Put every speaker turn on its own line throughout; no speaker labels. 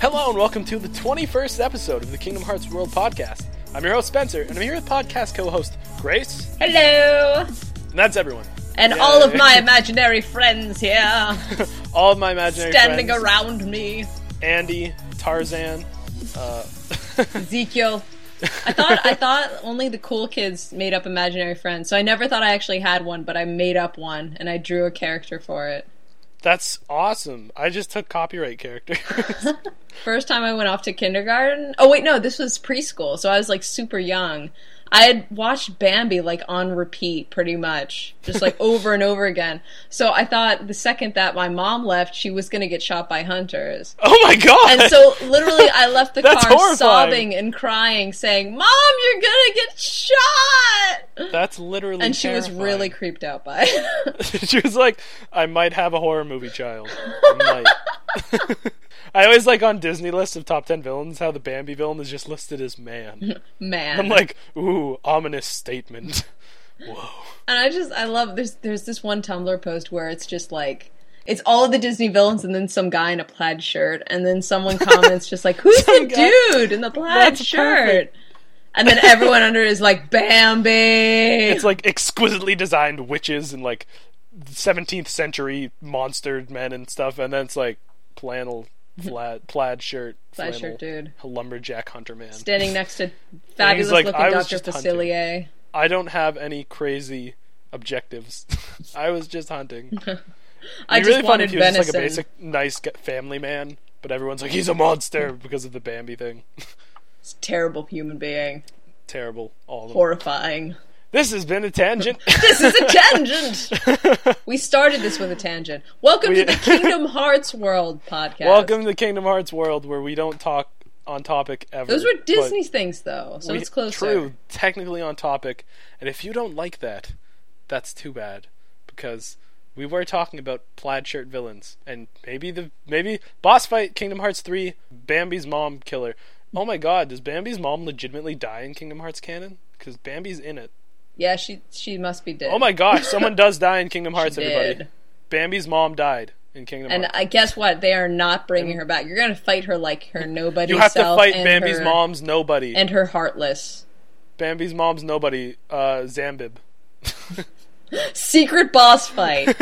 Hello and welcome to the 21st episode of the Kingdom Hearts World Podcast. I'm your host Spencer, and I'm here with podcast co-host Grace,
Hello!
and that's everyone.
And
Yay.
all of my imaginary friends here,
All of my imaginary
standing
friends,
around me.
Andy, Tarzan. Uh,
Ezekiel. I thought I thought only the cool kids made up imaginary friends, so I never thought I actually had one, but I made up one and I drew a character for it.
that's awesome. I just took copyright character.
First time I went off to kindergarten. Oh wait, no, this was preschool, so I was like super young. I had watched Bambi like on repeat pretty much, just like over and over again. So I thought the second that my mom left, she was going to get shot by hunters.
oh my god!
And so literally I left the car
That's horrifying.
sobbing and crying saying, "Mom, you're going to get shot."
that's literally.
And she was
terrifying.
really creeped out by it.
she was like, I might have a horror movie child. I might. I always like on Disney lists of top 10 villains how the Bambi villain is just listed as man.
Man.
I'm like, ooh, ominous statement.
And I just I love there's there's this one Tumblr post where it's just like it's all of the Disney villains and then some guy in a plaid shirt and then someone comments just like who's the
guy-
dude in the plaid
That's
shirt?
perfect.
And then everyone under is like Bambi.
It's like exquisitely designed witches and like 17th century monstered men and stuff, and then it's like flannel, plaid, plaid shirt,
plaid
flannel,
shirt dude
lumberjack hunter man.
standing next to fabulous
like,
looking
"I was
Dr.
just hunting."
Facilier.
I don't have any crazy objectives. I was just hunting.
I
It'd
just
be really fun
wanted
if he was just like a
venison.
basic nice g- family man, but everyone's like he's a monster because of the Bambi thing.
It's a terrible human being.
Terrible, all of them.
Horrifying.
This has been a tangent.
This is a tangent. we started this with a tangent. Welcome
We-
to the Kingdom Hearts World podcast.
Welcome to the Kingdom Hearts world where we don't talk on topic ever.
Those were
but
Disney things, though, so
we-
it's closer.
True, technically on topic, and if you don't like that, that's too bad because we were talking about plaid shirt villains and maybe the maybe boss fight Kingdom Hearts three Bambi's mom killer. Oh my God, does Bambi's mom legitimately die in Kingdom Hearts canon? Because Bambi's in it.
Yeah, she she must be dead.
Oh my gosh, someone does die in Kingdom Hearts, everybody.
did.
Bambi's mom died in Kingdom
And
Hearts.
I guess what they are not bringing her back. You're gonna fight her like her nobody.
You have to
self
fight
and
Bambi's
her-
mom's nobody.
and her heartless
Bambi's mom's nobody, uh, Zambib.
secret boss fight.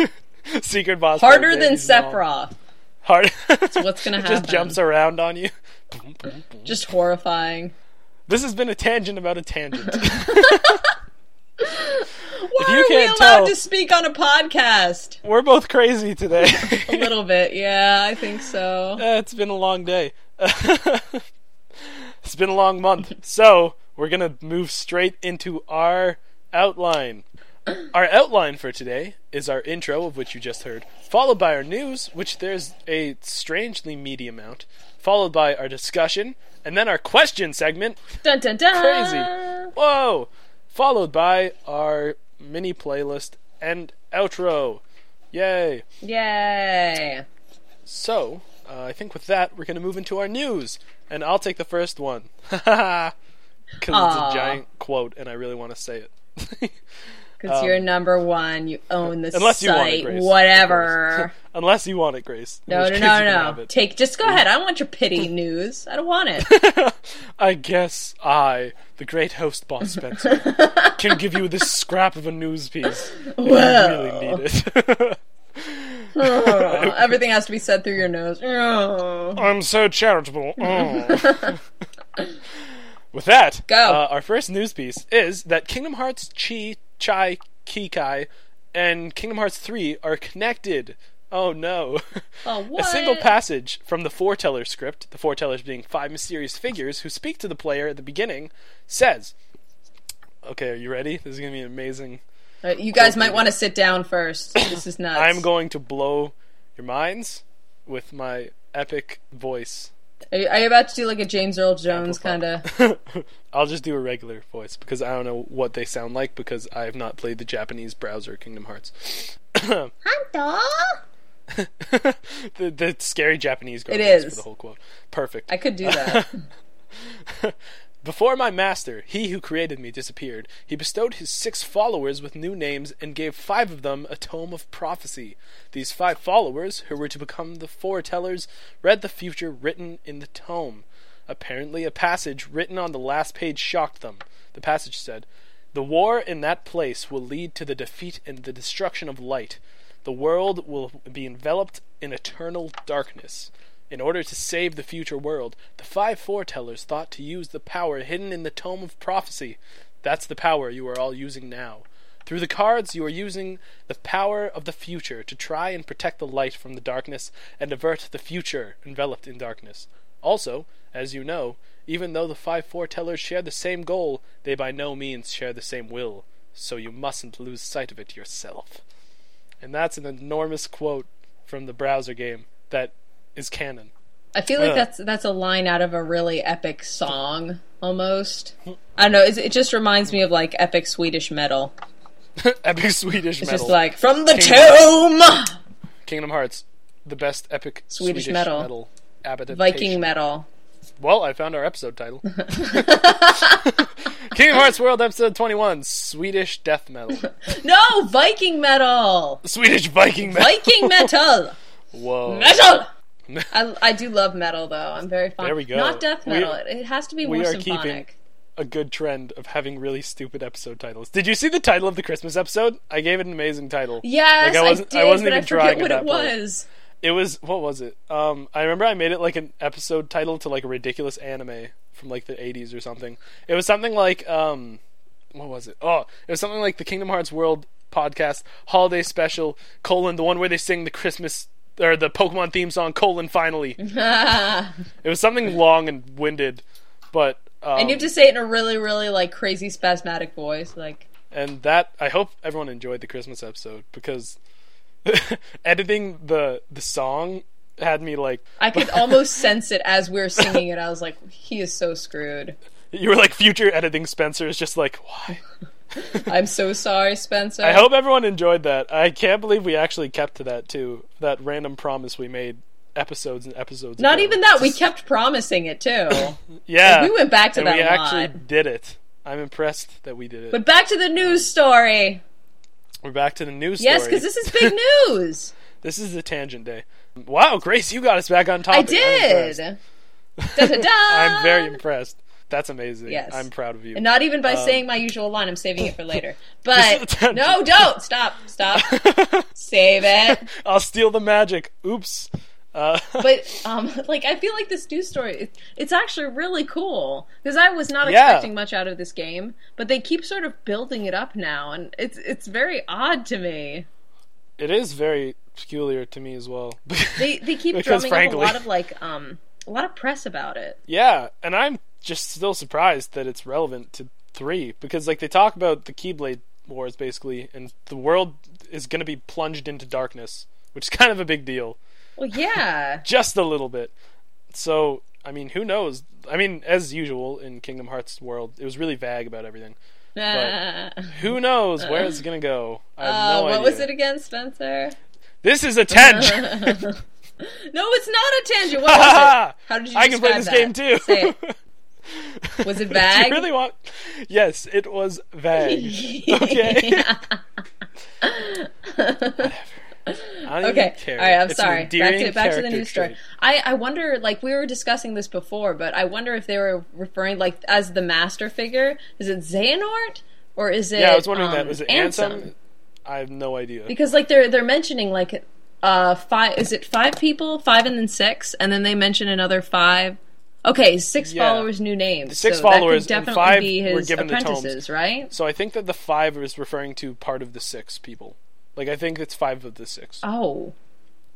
Secret boss. fight,
Harder than
Bambi's mom.
Sephiroth.
Hard.
what's gonna
It
happen?
Just jumps around on you.
Just horrifying.
This has been a tangent about a tangent.
Why
you
are we allowed
can't tell-
to speak on a podcast?
We're both crazy today.
A little bit, yeah, I think so.
Uh, it's been a long day. it's been a long month. So, we're going to move straight into our outline. Our outline for today is our intro, of which you just heard, followed by our news, which there's a strangely meaty amount, followed by our discussion, and then our question segment.
Dun dun dun.
Crazy. Whoa! Followed by our mini playlist and outro. Yay!
Yay.
So, uh, I think with that, we're going to move into our news, and I'll take the first one. Because it's a
Aw.
giant quote, and I really want to say it.
Because you're number one. You own the
Um, unless
site.
you want it, Grace, of
Whatever.
Unless you want it, Grace. in
No,
which
no,
case
no,
you can
no.
have it. Mm.
Take. Just go ahead. I don't want your pity news. I don't want it.
I guess I, the great host boss Spencer, can give you this scrap of a news piece. Well. I really need it.
Oh, Everything has to be said through your nose. Oh.
I'm so charitable. Oh. With that,
Go.
Uh, our first news piece is that Kingdom Hearts Chi, Chai, Kikai, and Kingdom Hearts 3 are connected. Oh no.
Oh,
A single
what?
passage from the Foreteller script, the Foretellers being five mysterious figures who speak to the player at the beginning, says. Okay, are you ready? This is going to be amazing.
Uh, You guys might want to sit down first. This is nuts.
I'm going to blow your minds with my epic voice.
Are you, are you about to do like a James Earl Jones kind of?
I'll just do a regular voice because I don't know what they sound like because I have not played the Japanese browser Kingdom Hearts. the, the scary Japanese girl
It
voice for
is.
the whole quote. Perfect.
I could do that.
Before my master, he who created me, disappeared, he bestowed his six followers with new names and gave five of them a tome of prophecy. These five followers, who were to become the foretellers, read the future written in the tome. Apparently, a passage written on the last page shocked them. The passage said, The war in that place will lead to the defeat and the destruction of light. The world will be enveloped in eternal darkness. In order to save the future world, the five foretellers thought to use the power hidden in the Tome of Prophecy. That's the power you are all using now. Through the cards, you are using the power of the future to try and protect the light from the darkness and avert the future enveloped in darkness. Also, as you know, even though the five foretellers share the same goal, they by no means share the same will, so you mustn't lose sight of it yourself. And that's an enormous quote from the browser game that is canon.
I feel like
Ugh.
that's that's a line out of a really epic song almost. I don't know. it's- It just reminds me of like epic Swedish metal.
epic Swedish
It's
metal.
just like from the
Kingdom-
tome,
Kingdom Hearts, the best epic
Swedish
Swedish,
metal.
metal, adaptation.
Viking metal.
Well, I found our episode title. Kingdom Hearts World Episode 21, Swedish death metal.
No, Viking metal.
Swedish Viking metal.
Viking metal.
Whoa.
metal. I, I do love metal though. I'm very fond.
There we go.
Not death
We-
metal. it, it has to be
we
more
are
symphonic.
keeping- A good trend of having really stupid episode titles. Did you see the title of the Christmas episode? I gave it an amazing title.
Yes,
Like, I
I,
wasn't-
did,
I wasn't
but
even
I forget
trying
what
at
it
that point.
was.
It was what was it? Um, I remember I made it like an episode title to like a ridiculous anime from like the '80s or something. It was something like um, what was it? Oh, it was something like the Kingdom Hearts World podcast holiday special colon the one where they sing the Christmas or the Pokemon theme song colon finally. it was something long and winded, but um,
And you have to say it in a really, really like crazy spasmodic voice, like
and that I hope everyone enjoyed the Christmas episode because editing the the song had me like
I could almost sense it as we were singing it. I was like, he is so screwed.
You were like future editing Spencer is just like why?
I'm so sorry, Spencer.
I hope everyone enjoyed that. I can't believe we actually kept to that too. That random promise we made episodes and episodes.
Not
ago.
even that. We kept promising it too.
Yeah,
We went back to
and
that
We
a
actually
lot.
did it. I'm impressed that we did it.
But back to the news story.
We're back to the news
Yes,
story.
because this is big news.
this is the tangent day. Wow, Grace, you got us back on topic.
I
I'm
did.
impressed.
Da, da, da.
I'm very impressed. That's amazing.
Yes.
I'm proud of you.
And not even by
Um,
saying my usual line. I'm saving it for later. But
This is-
no, don't stop, stop, save it.
I'll steal the magic. Oops. Uh,
But um, like I feel like this news story, it, it's actually really cool because I was not
Yeah.
expecting much out of this game, but they keep sort of building it up now, and it's it's very odd to me.
it is very peculiar to me as well.
They they keep
Because
drumming
frankly-
up a lot of like um a lot of press about it.
Yeah, and I'm just still surprised that it's relevant to three because like they talk about the Keyblade wars basically, and the world is going to be plunged into darkness, which is kind of a big deal,
Well, yeah,
just a little bit. So I mean, who knows? I mean, as usual in Kingdom Hearts world, it was really vague about everything. But- Who knows where it's going to go? I have
Uh,
no
what
idea.
was it again, Spencer?
This is a tangent.
No, it's not a tangent. What was it? How did you?
I can play
describe
this game
that?
too.
Say it. Was it
Do
vague?
you really want? Yes, it was vague. Okay. I don't
okay.
even care.
All right. I'm
It's an
sorry. Back to
endearing
back to the
character
news story.
trait.
I I wonder like we were discussing this before, but I wonder if they were referring like as the master figure. Is it Xehanort or is it?
Yeah, I was wondering that.
um,
Was it Ansem? I have no idea.
Because like they're they're mentioning like uh five is it five people five and then six and then they mention another five. Okay, six
Yeah.
followers, new names.
Six
so that could
followers and
definitely
five
be his
were given the tomes.
apprentices, right?
So I think that the five is referring to part of the six people. Like I think it's five of the six.
Oh,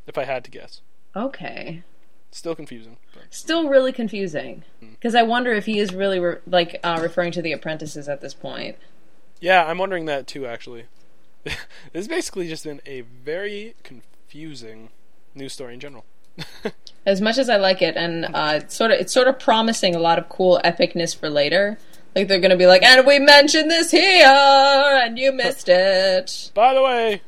if I had to guess,
okay.
still confusing. but-
Still really confusing
Mm.
because I wonder if he is really re- like uh, referring to the apprentices at this point.
Yeah, I'm wondering that too. Actually, this has basically just been a very confusing news story in general.
As much as I like it, and uh, it's sort of it's sort of promising a lot of cool epicness for later. Like they're gonna be like, and we mentioned this here, and you missed it.
By the way,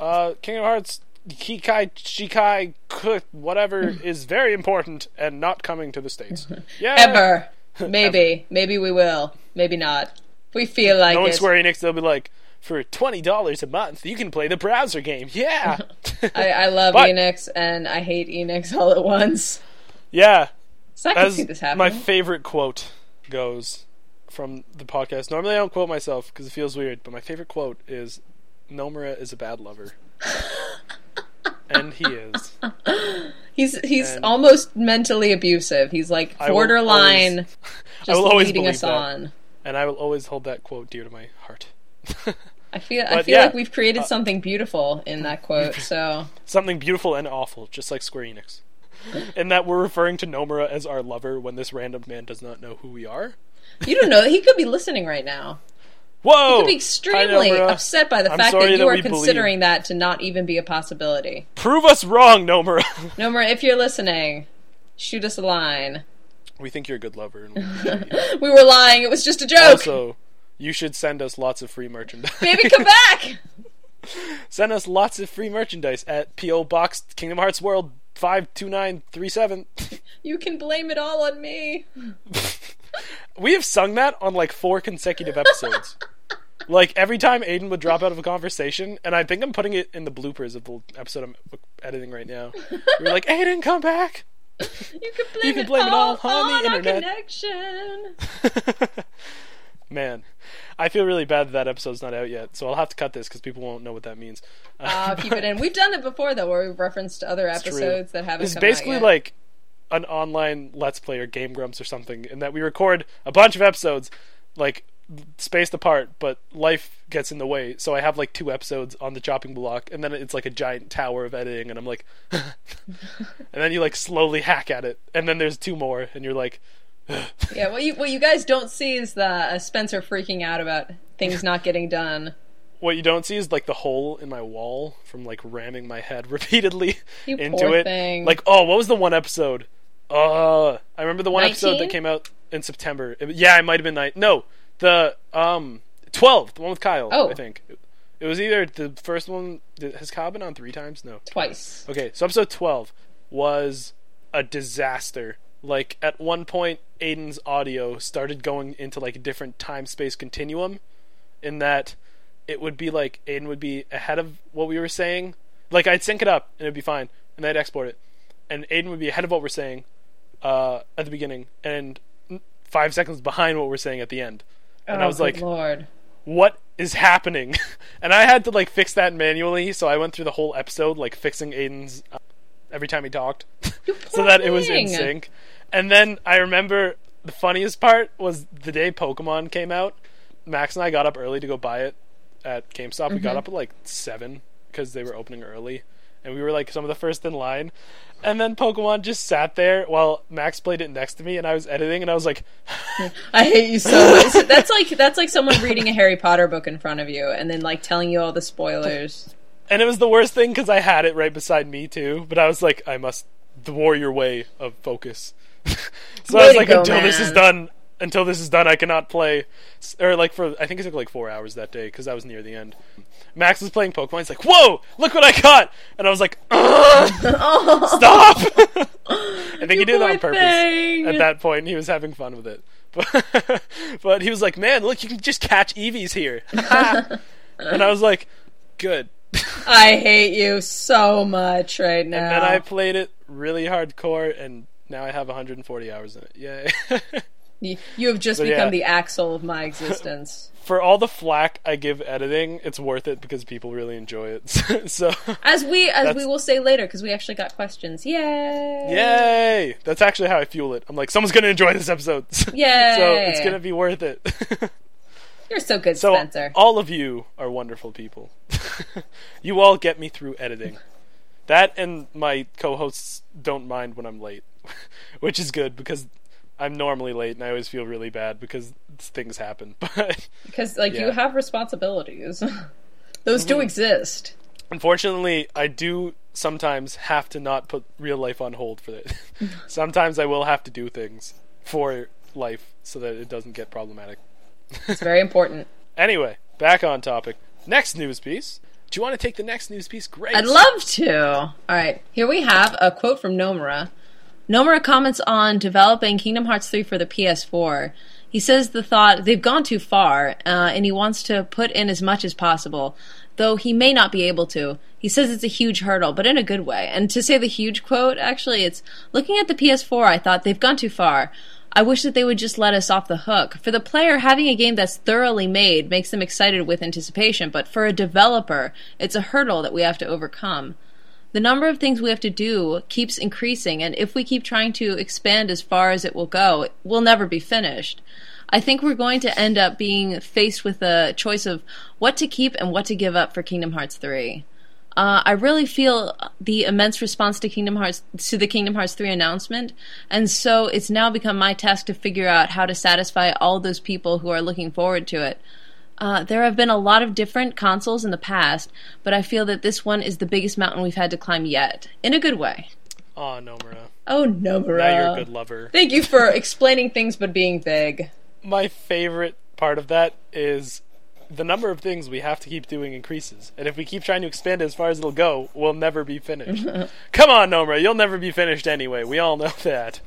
uh, Kingdom Hearts Kikai Shikai K- whatever is very important and not coming to the states. Yeah.
ever. Maybe, maybe we will. Maybe not. If we feel like
no
it.
one's Square Enix. They'll be like, for twenty dollars a month, you can play the browser game. Yeah,
I, I love
But-
Enix and I hate Enix all at once.
yeah.
So I can
As
see this happening.
my favorite quote goes from the podcast. Normally, I don't quote myself because it feels weird. But my favorite quote is, "Nomura is a bad lover," and he is.
he's he's
and-
almost mentally abusive. He's like
I will always-
borderline
I
just
will always
leading
believe
us
that,
on.
and I will always hold that quote dear to my heart.
I feel I
But
feel
yeah, Uh,
like we've created something beautiful in that quote. So
Something beautiful and awful, just like Square Enix. And that we're referring to Nomura as our lover when this random man does not know who we are.
you don't know he could be listening right now.
Whoa!
He'd be extremely
Hi, Nomura.
upset by the
I'm
fact
sorry
that you
that
are
we believe-
considering that to not even be a possibility.
Prove us wrong, Nomura.
Nomura, if you're listening, shoot us a line.
we think you're a good lover. And we
We were lying. It was just a joke.
also, you should send us lots of free merchandise.
Baby, come back.
send us lots of free merchandise at P.O. Box Kingdom Hearts World 52937.
You can blame it all on me.
We have sung that on like four consecutive episodes. like every time Aiden would drop out of a conversation, and I think I'm putting it in the bloopers of the episode I'm editing right now. We're like, Aiden, come back.
You can blame,
can
it,
blame it
all
all on the
on our
internet.
connection.
Man, I feel really bad that that episode's not out yet, so I'll have to cut this because people won't know what that means.
Uh, keep it in. We've done it before though, where we've referenced other
true.
episodes that haven't.
It's
come
basically
out yet.
like an online Let's Play or Game Grumps or something, in that we record a bunch of episodes, like spaced apart, but life gets in the way. So I have like two episodes on the chopping block, and then it's like a giant tower of editing, and I'm like, and then you like slowly hack at it, and then there's two more, and you're like,
yeah. What you what you guys don't see is the uh, Spencer freaking out about things not getting done.
what you don't see is like the hole in my wall from like ramming my head repeatedly
You
into
poor
it.
thing.
Like, oh, what was the one episode? Uh, I remember the one episode
19?
that came out in September. It- yeah, it might have been nine. No, the um twelve, the one with Kyle.
Oh.
I think it, it was either the first one. th- Has Kyle been on three times? No.
Twice.
Okay, so episode 12 was a disaster. Like, at one point, Aiden's audio started going into, like, a different time space continuum, in that it would be like Aiden would be ahead of what we were saying. Like, I'd sync it up, and it'd be fine, and I'd export it. And Aiden would be ahead of what we're saying uh, at the beginning, and five seconds behind what we're saying at the end. And
oh,
I was
good
like,
Lord.
what is happening? and I had to like fix that manually, so I went through the whole episode like fixing Aiden's uh, every time he talked, so
poor
that it was in
thing.
sync. And then I remember the funniest part was the day Pokemon came out. Max and I got up early to go buy it at GameStop. We got up at like seven because they were opening early, and we were like some of the first in line. And then Pokemon just sat there while Max played it next to me, and I was editing, and I was like,
I hate you so much. That's like that's like someone reading a Harry Potter book in front of you and then like telling you all the spoilers.
And it was the worst thing because I had it right beside me too. But I was like, I must the warrior way of focus. so
Way
I was
to
like,
go,
until this is
man.
done, until this is done, I cannot play. S- Or like for I think it took like four hours that day because I was near the end. Max was playing Pokemon. He's like, "Whoa, look what I caught!" And I was like, "Ugh,
Oh,
"Stop!" I think he did that
poor
on purpose.
thing.
At that point, he was having fun with it. But, but he was like, "Man, look, you can just catch Eevees here," and I was like, "Good."
I hate you so much right now.
And I played it really hardcore, and now I have 140 hours in it. Yay!
You, you have just
But yeah.
become the axle of my existence.
For all the flack I give editing, it's worth it because people really enjoy it. so,
As we as we
That's-
will say later, because we actually got questions. Yay!
yay! That's actually how I fuel it. I'm like, someone's gonna enjoy this episode.
Yay!
so it's gonna be worth it.
You're so good,
so
Spencer.
all of you are wonderful people. you all get me through editing. That and my co-hosts don't mind when I'm late, which is good because I'm normally late and I always feel really bad because things happen. But
Because like you
yeah.
have responsibilities. Those do exist.
unfortunately, I do sometimes have to not put real life on hold for that. sometimes I will have to do things for life so that it doesn't get problematic.
It's very important.
Anyway, back on topic. Next news piece. Do you want to take the next news piece? Great.
I'd love to. All right, here we have a quote from Nomura. Nomura comments on developing Kingdom Hearts 3 for the PS4. He says the thought they've gone too far, uh, and he wants to put in as much as possible, though he may not be able to. He says it's a huge hurdle, but in a good way. And to say the huge quote, actually, it's looking at the PS4, I thought they've gone too far. I wish that they would just let us off the hook. For the player, having a game that's thoroughly made makes them excited with anticipation, but for a developer, it's a hurdle that we have to overcome. The number of things we have to do keeps increasing, and if we keep trying to expand as far as it will go, we'll never be finished. I think we're going to end up being faced with a choice of what to keep and what to give up for Kingdom Hearts 3. Uh, I really feel the immense response to Kingdom Hearts to the Kingdom Hearts 3 announcement, and so it's now become my task to figure out how to satisfy all those people who are looking forward to it. Uh, there have been a lot of different consoles in the past, but I feel that this one is the biggest mountain we've had to climb yet, in a good way.
Aw, Nomura.
Oh, no,
Now you're a
Maria.
good lover.
Thank you for explaining things but being vague.
My favorite part of that is the number of things we have to keep doing increases. And if we keep trying to expand as far as it'll go, we'll never be finished. Come on, Nomura, you'll never be finished anyway. We all know that.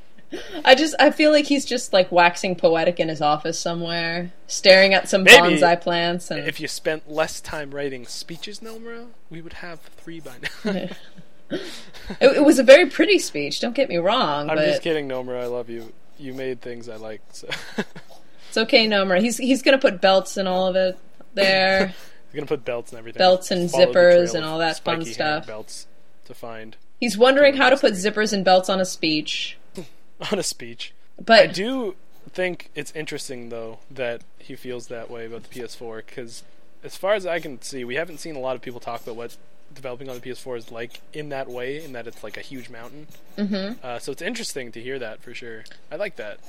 I just I feel like he's just like waxing poetic in his office somewhere, staring at some
Maybe.
bonsai plants and
If you spent less time writing speeches, Nomura, we would have three by now.
it, it was a very pretty speech, don't get me wrong,
I'm
but
just kidding, Nomura. I love you. You made things I like. So. I'm
it's okay, Nomura. He's he's going to put belts in all of it there.
gonna put belts and everything.
Belts and
Follow the
zippers
trail of
and all that fun
spiky hair
stuff.
Belts to find
he's wondering how to put zippers and belts on a speech.
on a speech. I
But
do think it's interesting though that he feels that way about the PS4 because, as far as I can see, we haven't seen a lot of people talk about what developing on the PS4 is like in that way, in that it's like a huge mountain. Mm-hmm. Uh, so it's interesting to hear that for sure. I like that.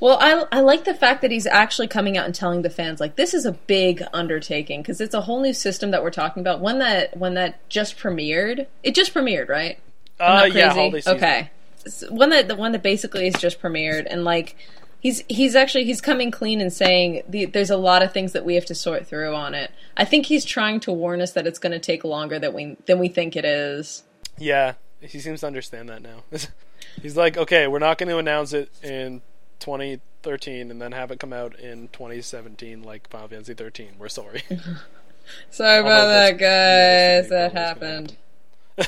well, I I like the fact that he's actually coming out and telling the fans like this is a big undertaking because it's a whole new system that we're talking about. One that one that just premiered. It just premiered, right?
Uh,
not
yeah,
crazy?
holiday season.
Okay, S- one that the one that basically is just premiered, and like he's he's actually he's coming clean and saying the, there's a lot of things that we have to sort through on it. I think he's trying to warn us that it's going to take longer than we than we think it is.
Yeah, he seems to understand that now. He's like, okay, we're not going to announce it in 2013 and then have it come out in 2017 like Final Fantasy 13. We're sorry.
Sorry
about
about
that's- realistically probably what's
that, guys. That
gonna
happened.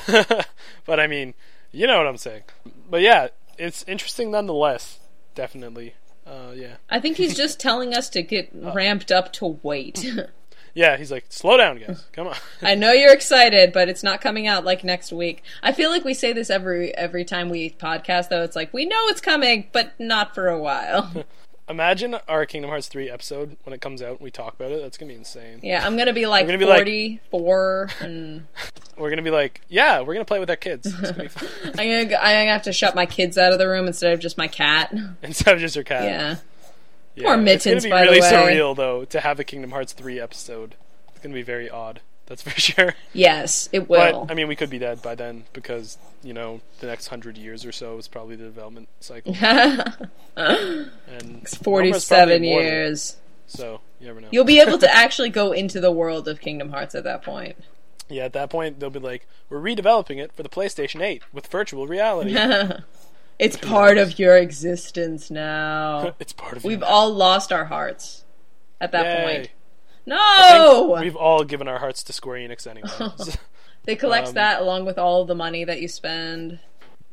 but I mean, you know what I'm saying. But yeah, it's interesting nonetheless. Definitely. Uh, yeah.
I think he's just telling us to get
Oh.
ramped up to wait.
Yeah, he's like, slow down, guys. Come on.
I know you're excited, but it's not coming out like next week. I feel like we say this every every time we podcast, though. It's like we know it's coming, but not for a while.
Imagine our Kingdom Hearts 3 episode when it comes out and we talk about it. That's going to be insane.
Yeah, I'm gonna be like
gonna be like-
44, and
We're going to be like, yeah, we're going to play with our kids. It's going to be fun.
I'm gonna, go- I'm gonna have to shut my kids out of the room instead of just my cat.
Instead of just your cat.
Yeah,
Yeah,
Poor
It's
Mittens, by
gonna
the
be really
way.
surreal though to have a Kingdom Hearts three episode. It's gonna be very odd. That's for sure.
yes, it will.
But I mean, we could be dead by then because you know the next hundred years or so is probably the development cycle. And Nomura's probably
47
immortal,
years.
So you never know.
You'll be able to actually go into the world of Kingdom Hearts at that point.
Yeah, at that point they'll be like, we're redeveloping it for the PlayStation Eight with virtual reality.
It's part of your existence now.
it's part of
We've
you.
all lost our hearts at that
Yay.
point. No,
We've all given our hearts to Square Enix anyway.
they collect
um,
that along with all the money that you spend.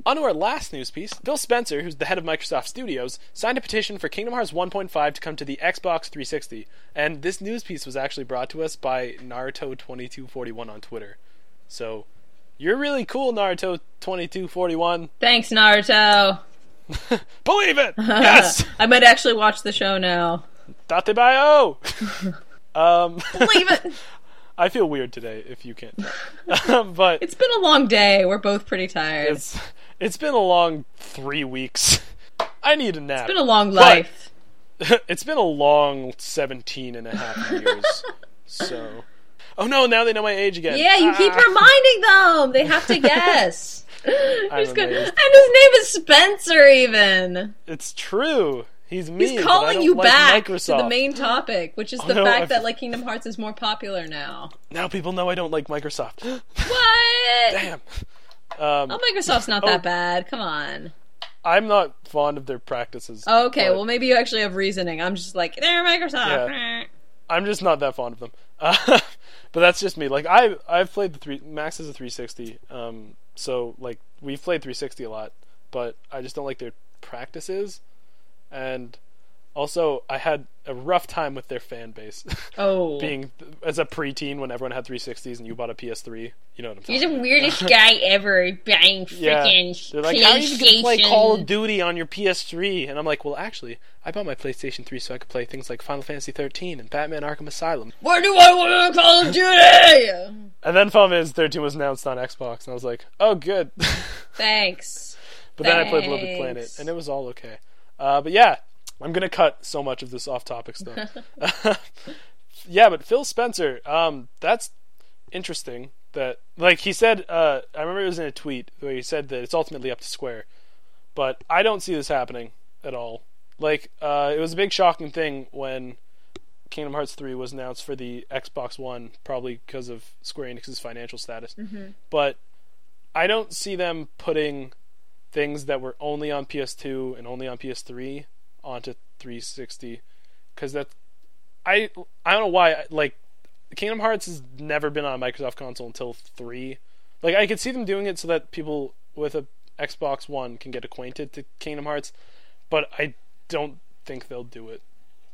On to our last news piece. Bill Spencer, who's the head of Microsoft Studios, signed a petition for Kingdom Hearts 1.5 to come to the Xbox 360. And this news piece was actually brought to us by Naruto2241 on Twitter. So, you're really cool, Naruto2241.
Thanks, Naruto.
Believe it! Yes!
I might actually watch the show now.
Datebayo! um,
Leave it.
I feel weird today, if you can't. tell. Um, but
It's been a long day. We're both pretty tired. It's
it's, it's been a long three weeks. I need a nap.
been a long life.
it's been a long 17 and a half years. so. Oh no, now they know my age again.
yeah, you keep
Ah.
reminding them. They have to guess.
I'm
Just go- and his
amazed.
name is Spencer. Even
It's true. He's me.
he's calling you
like
back to
Microsoft.
the main topic, which is the
no,
fact
I've-
that like Kingdom Hearts is more popular now.
Now people know I don't like Microsoft.
What?
Damn. Um,
Oh, Microsoft's not
Oh.
that bad. Come on.
I'm not fond of their practices.
Okay,
but
well maybe you actually have reasoning. I'm just like they're Microsoft.
I'm just not that fond of them. Uh, but that's just me. Like I I've played the three Max is a 360. Um, so like we've played 360 a lot, but I just don't like their practices, and also I had a rough time with their fan base.
Oh,
Being as a preteen when everyone had 360s and you bought a PS3, you know what I'm talking.
he's the weirdest guy ever buying
Yeah.
freaking
They're like, how are you going to play Call of Duty on your PS3? And I'm like, well, actually, I bought my PlayStation 3 so I could play things like Final Fantasy 13 and Batman Arkham Asylum.
Where do I want to Call of Duty?
And then problem is, 13 was announced on Xbox, and I was like, oh, good. but
Thanks.
then I played Little Big Planet,
Thanks.
and it was all okay. Uh, but yeah, I'm going to cut so much of this off-topic stuff. yeah, but Phil Spencer, um, that's interesting. That like he said, uh, I remember it was in a tweet where he said that it's ultimately up to Square, but I don't see this happening at all. Like uh, it was a big shocking thing when Kingdom Hearts three was announced for the Xbox One, probably because of Square Enix's financial status. But I don't see them putting things that were only on PS2 and only on PS3 onto 360 because that I I don't know why like Kingdom Hearts has never been on a Microsoft console until three. Like I could see them doing it so that people with a Xbox One can get acquainted to Kingdom Hearts, but I don't think they'll do it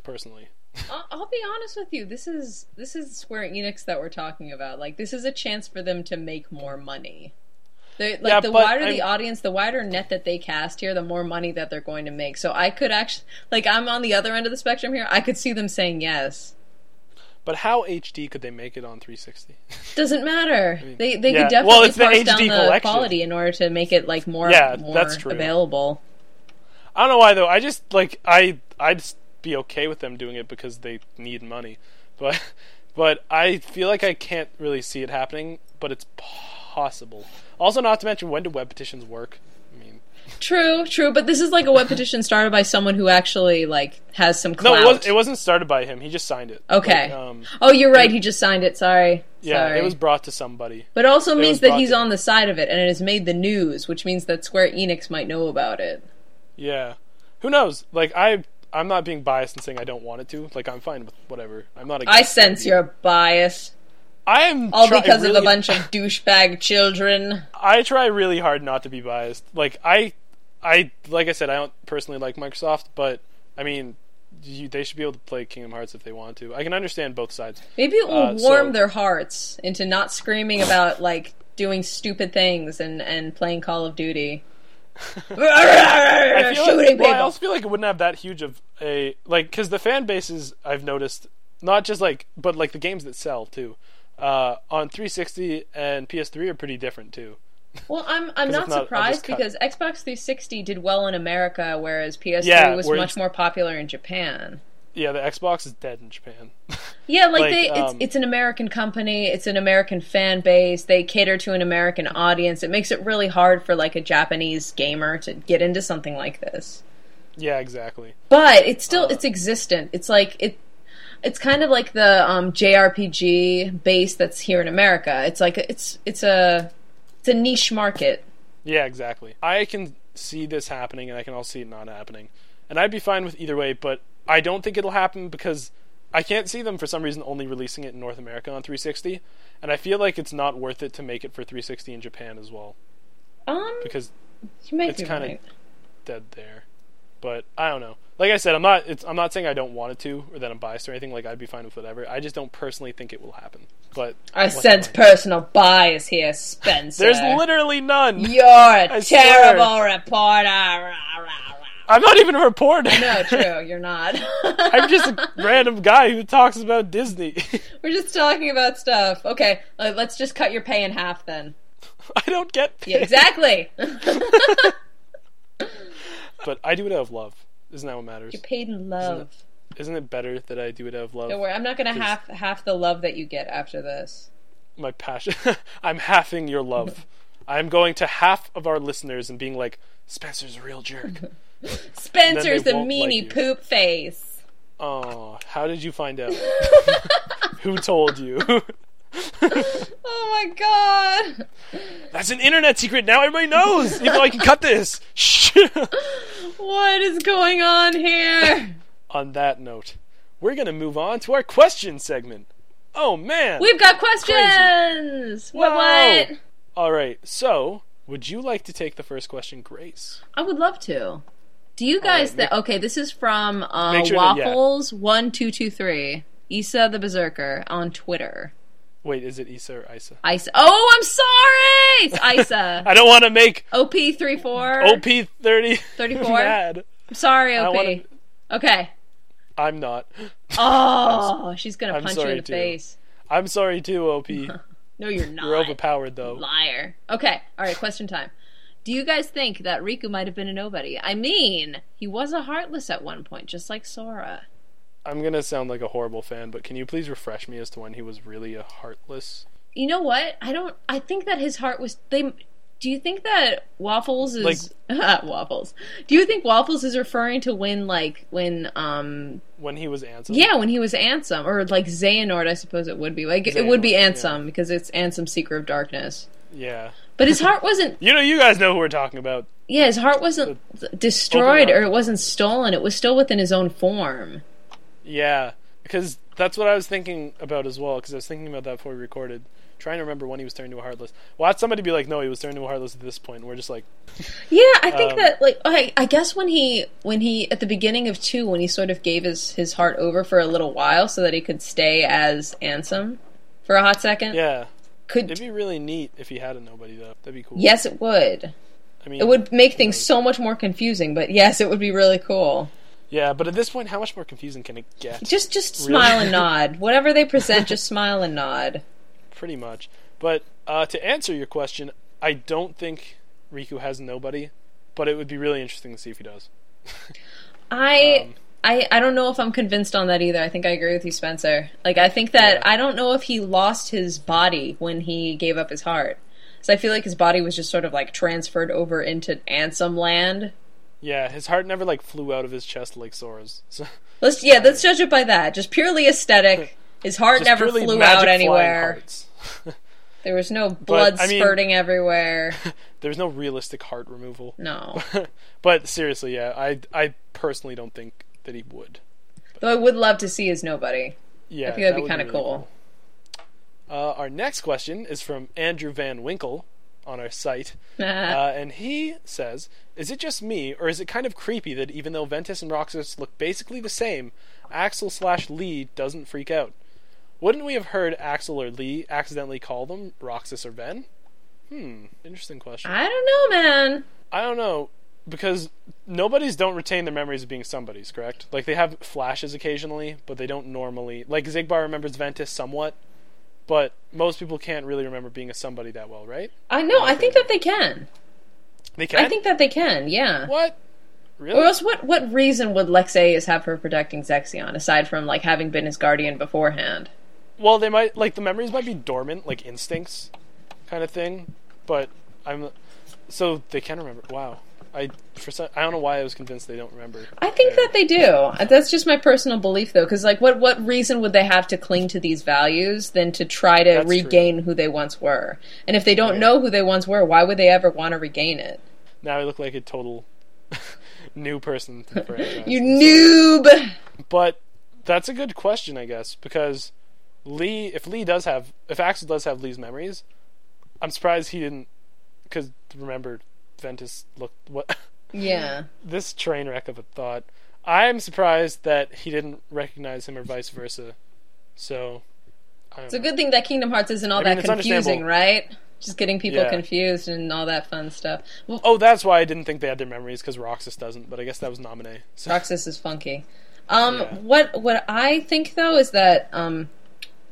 personally.
I'll, I'll be honest with you. This is this is Square Enix that we're talking about. Like this is a chance for them to make more money. They, like
Yeah,
the
but
wider the
I'm-
audience, the wider net that they cast here, the more money that they're going to make. So I could actually, like, I'm on the other end of the spectrum here. I could see them saying yes.
But how HD could they make it on 360?
Doesn't matter. They they
yeah.
could definitely
Well, it's the
parse down
HD
the
collection.
quality in order to make it like more
Yeah,
more
that's true.
available.
I don't know why though. I just like I I'd s- be okay with them doing it because they need money, but but I feel like I can't really see it happening. But it's possible. Also, not to mention when do web petitions work? I mean,
True, true. But this is like a web petition started by someone who actually like has some
no,
clout.
it, was, it wasn't started by him. He just signed it.
Okay.
Like, um,
oh, you're right. He just signed it. Sorry.
yeah,
Sorry.
it was brought to somebody.
But it also means
was
that
brought
he's
to-
on the side of it, and it has made the news, which means that Square Enix might know about it.
Yeah. Who knows? Like I. I'm not being biased and saying I don't want it to. Like I'm fine with whatever. I'm not.
I
Against
sense your bias,
I am
all
try-
because of
really-
a bunch of douchebag children.
I try really hard not to be biased. Like I, I like I said, I don't personally like Microsoft, but I mean, you, they should be able to play Kingdom Hearts if they want to. I can understand both sides.
Maybe it will
Uh,
warm
so-
their hearts into not screaming about like doing stupid things and and playing Call of Duty.
I feel
Shooting
like, well, I
people.
also feel like it wouldn't have that huge of a like because the fan bases I've noticed not just like but like the games that sell too uh, on 360 and PS3 are pretty different too.
Well, I'm I'm
if
not,
not, I'll
surprised
just cut.
because Xbox 360 did well in America, whereas PS3
Yeah,
was
where
much
it's-
more popular in Japan.
Yeah, the Xbox is dead in Japan.
Yeah, like,
Like,
they, it's
um,
it's an American company, it's an American fan base. They cater to an American audience. It makes it really hard for like a Japanese gamer to get into something like this.
yeah, exactly.
But it's
Uh.
still it's existent. It's like it it's kind of like the um, JRPG base that's here in America. It's like it's it's a it's a niche market.
Yeah, exactly. I can see this happening and I can also see it not happening. And I'd be fine with either way, but I don't think it'll happen because I can't see them for some reason only releasing it in North America on 360, and I feel like it's not worth it to make it for 360 in Japan as well
Um,
because
you might
it's
be
kind of
right.
dead there. But I don't know. Like I said, I'm not it's I'm not saying I don't want it to or that I'm biased or anything. Like I'd be fine with whatever. I just don't personally think it will happen. But
I
what
sense
am I-
personal bias here, Spencer.
There's literally none.
You're a
I swear.
terrible reporter. Rah, rah, rah.
I'm not even a reporter.
No, true, you're not.
I'm just a random guy who talks about Disney.
We're just talking about stuff. Okay, uh, let's just cut your pay in half then.
I don't get paid,
Yeah, exactly.
but I do it out of love. Isn't that what matters?
you're paid in love.
Isn't it better that I do it out of love?
Don't worry, I'm not gonna half half the love that you get after this.
My passion. I'm halving your love. I'm going to half of our listeners and being like, Spencer's a real jerk.
Spencer's the
won't like
meanie
you.
poop face.
oh, how did you find out? who told you?
Oh my god.
That's an internet secret. Now everybody knows. Even though I can cut this. Shh.
What is going on here?
on that note, we're gonna move on to our question segment. Oh man.
We've got questions. What
Wow.
what?
All right. So, would you like to take the first question, Grace?
I would love to. Do you guys
right,
thi- okay, this is from uh,
Make sure that- yeah.
Waffles one two two three. Issa the Berserker on Twitter.
Wait, is it Issa or Isa?
Isa Oh, I'm sorry. It's Isa.
I don't want to make
OP34.
OP thirty
34?
mad.
I'm sorry,
I
OP.
wanna-
Okay.
I'm not.
Oh, she's going to
I'm
punch you in
sorry,
the
too.
face.
I'm sorry too, OP. You're
No, you're not.
overpowered though.
Liar. Okay. All right. Question time. Do you guys think that Riku might have been a nobody? I mean, he was a heartless at one point, just like Sora.
I'm gonna sound like a horrible fan, but can you please refresh me as to when he was really a heartless?
You know what? I don't. I think that his heart was. They. Do you think that Waffles is Waffles? Do you think Waffles is referring to when, like, when, um,
When he was Ansem?
yeah, when he was Ansem or like Xehanort? I suppose it would be like it would be
Xehanort,
Ansem because it's Ansem, Seeker of Darkness.
Yeah.
But his heart wasn't
You know, you guys know who we're talking about.
Yeah, his heart wasn't destroyed
open up.
or it wasn't stolen. It was still within his own form.
Yeah, because that's what I was thinking about as well. Because I was thinking about that before we recorded, trying to remember when he was turned into a heartless. Well, had somebody be like, "No, he was turned into a heartless at this point." And we're just like,
Yeah, I think
Um,
that like I, I guess when he when he at the beginning of two when he sort of gave his his heart over for a little while so that he could stay as Ansem for a hot second.
"Yeah,
Could
it'd be really neat if he had a nobody though. That'd be cool."
yes, it would.
I mean,
It would make things so much more confusing. But yes, it would be really cool.
Yeah, but at this point, how much more confusing can it get?
Just just
Really?
smile and nod. Whatever they present, just smile and nod.
Pretty much. But uh, to answer your question, I don't think Riku has nobody, but it would be really interesting to see if he does.
I
Um,
I I don't know if I'm convinced on that either. I think I agree with you, Spencer. Like I think that
Yeah.
I don't know if he lost his body when he gave up his heart. So I feel like his body was just sort of like transferred over into Ansem land.
Yeah, his heart never like flew out of his chest like Sora's. So,
Let's yeah, let's judge it by that. Just purely aesthetic. His heart
just
never
purely
flew
magic
out
flying
anywhere.
hearts.
There was no blood
I mean-
spurting everywhere.
There's no realistic heart removal.
No.
but seriously, yeah, I I personally don't think that he would.
Though I would love to see his nobody.
Yeah,
I think that'd
that
be
would
kind of
really
cool.
Uh, our next question is from Andrew Van Winkle on our site, uh, and he says, "Is it just me, or is it kind of creepy that even though Ventus and Roxas look basically the same, Axel slash Lee doesn't freak out? Wouldn't we have heard Axel or Lee accidentally call them Roxas or Ven?" Hmm, interesting question.
I don't know, man.
I don't know because nobodies don't retain their memories of being somebodies, correct? Like they have flashes occasionally, but they don't normally. Like Zigbar remembers Ventus somewhat, but most people can't really remember being a somebody that well, right?
I know. I think that they can.
They can.
I think that they can. Yeah.
what? Really?
Or else, what what reason would Lexaeus have for protecting Zexion aside from like having been his guardian beforehand?
well, they might like the memories might be dormant, like instincts, kind of thing. But I'm so they can remember. Wow. I for some, I don't know why I was convinced they don't remember.
I think that they do. Uh, That's just my personal belief, though, because like, what what reason would they have to cling to these values than to try to
That's true.
regain who they once were? And if they don't know who they once were, why would they ever want to regain it?
Now I look like a total new person to the franchise.
You noob.
But that's a good question, I guess, because Lee, if Lee does have, if Axel does have Lee's memories, I'm surprised he didn't, because remember, Ventus looked what
Yeah.
this train wreck of a thought. I'm surprised that he didn't recognize him or vice versa. So, I don't
It's a
know.
good thing that Kingdom Hearts isn't all
I mean,
that
it's
confusing,
understandable.
right? Just getting people
Yeah.
confused and all that fun stuff. Well,
Oh, that's why I didn't think they had their memories because Roxas doesn't. But I guess that was nominee. So
Roxas is funky. Um,
Yeah.
what what I think though is that um,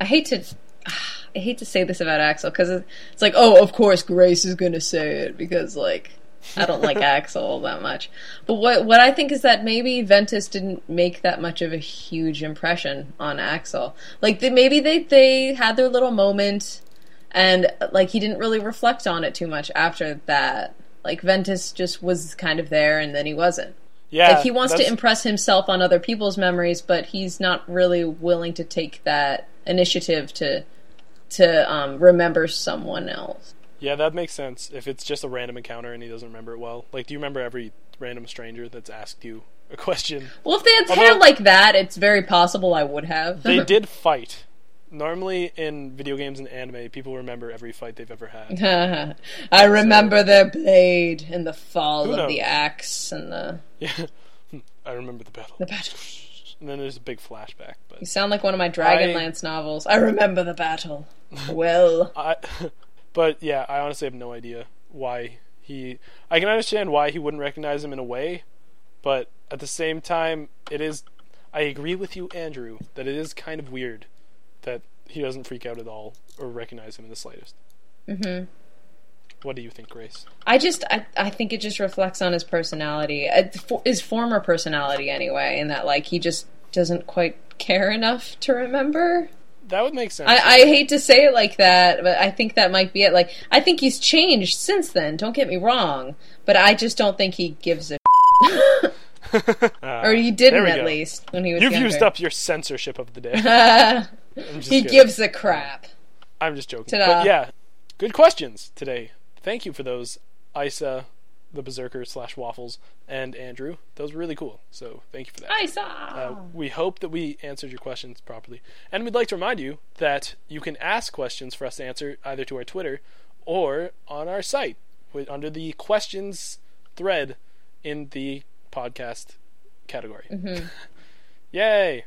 I hate to I hate to say this about Axel because it's like oh of course Grace is gonna say it because like I don't like Axel that much. But what what I think is that maybe Ventus didn't make that much of a huge impression on Axel. Like they, maybe they they had their little moment and like he didn't really reflect on it too much after that. Like Ventus just was kind of there and then he wasn't.
yeah,
Like he wants to
that's-
impress himself on other people's memories, but he's not really willing to take that initiative to to um, remember someone else.
Yeah, that makes sense. If it's just a random encounter and he doesn't remember it well, like, do you remember every random stranger that's asked you a question?
Well, if they had
Although-
had like that, it's very possible I would have.
They did fight. Normally in video games and anime, people remember every fight they've ever had.
I remember their blade and the fall
Who
of the
knows?
axe and the
Yeah, I remember the battle.
the battle.
And then there's a big flashback, but
You sound like one of my
I-
Dragonlance novels. I remember the battle. well,
I, but yeah, I honestly have no idea why he. I can understand why he wouldn't recognize him in a way, but at the same time, it is. I agree with you, Andrew, that it is kind of weird that he doesn't freak out at all or recognize him in the slightest. Mm-hmm. What do you think, Grace?
I just I, I think it just reflects on his personality, uh, for, his former personality anyway, in that like he just doesn't quite care enough to remember.
That would make sense.
I, I hate to say it like that, but I think that might be it. Like I think he's changed since then. Don't get me wrong, but I just don't think he gives a
Ah,
or he
there
didn't
we
at
go.
least when he was.
You've
younger.
used up your censorship of the day. I'm just
he
kidding.
gives a crap.
I'm just joking.
Ta-da.
But yeah, good questions today. Thank you for those, Isa, the Berserker slash Waffles, and Andrew. Those were really cool. So thank you for that.
I saw.
Uh, we hope that we answered your questions properly. And we'd like to remind you that you can ask questions for us to answer either to our Twitter or on our site with, under the questions thread in the podcast category.
Mm-hmm.
Yay!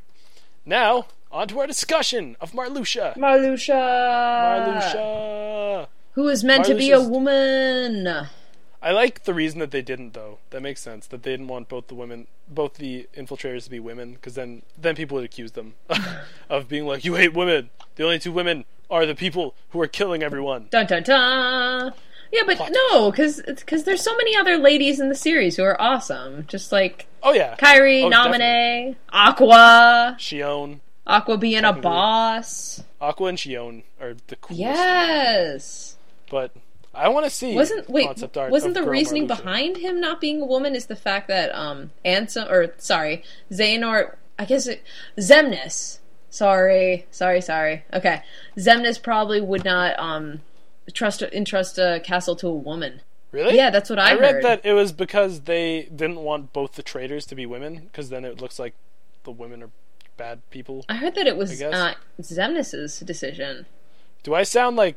Now, on to our discussion of Marluxia.
Marluxia.
Marluxia!
Who is meant to be a
Marluxia's-
woman.
I like the reason that they didn't though. That makes sense. That they didn't want both the women, both the infiltrators to be women, because then then people would accuse them of being like, "You hate women. The only two women are the people who are killing everyone."
Dun dun dun. Yeah, but no, because there's so many other ladies in the series who are awesome. Just like
Oh yeah,
Kyrie,
Oh,
Nominee, Aqua,
Shion,
Aqua being a
Definitely.
boss.
Aqua, and Shion are the coolest.
Yes.
but I want to see
Wasn't wait?
concept art
wasn't
of
the
Girl
reasoning
Marluxia.
behind him not being a woman is the fact that um Ansem or sorry Xehanort I guess it, Zemnis. Sorry, sorry, sorry. Okay, Zemnis probably would not um trust entrust a castle to a woman.
Really?
Yeah, that's what I,
I read
heard.
that it was because they didn't want both the traitors to be women, because then it looks like the women are bad people.
I heard that it was
guess.
uh, Zemnis's decision.
Do I sound like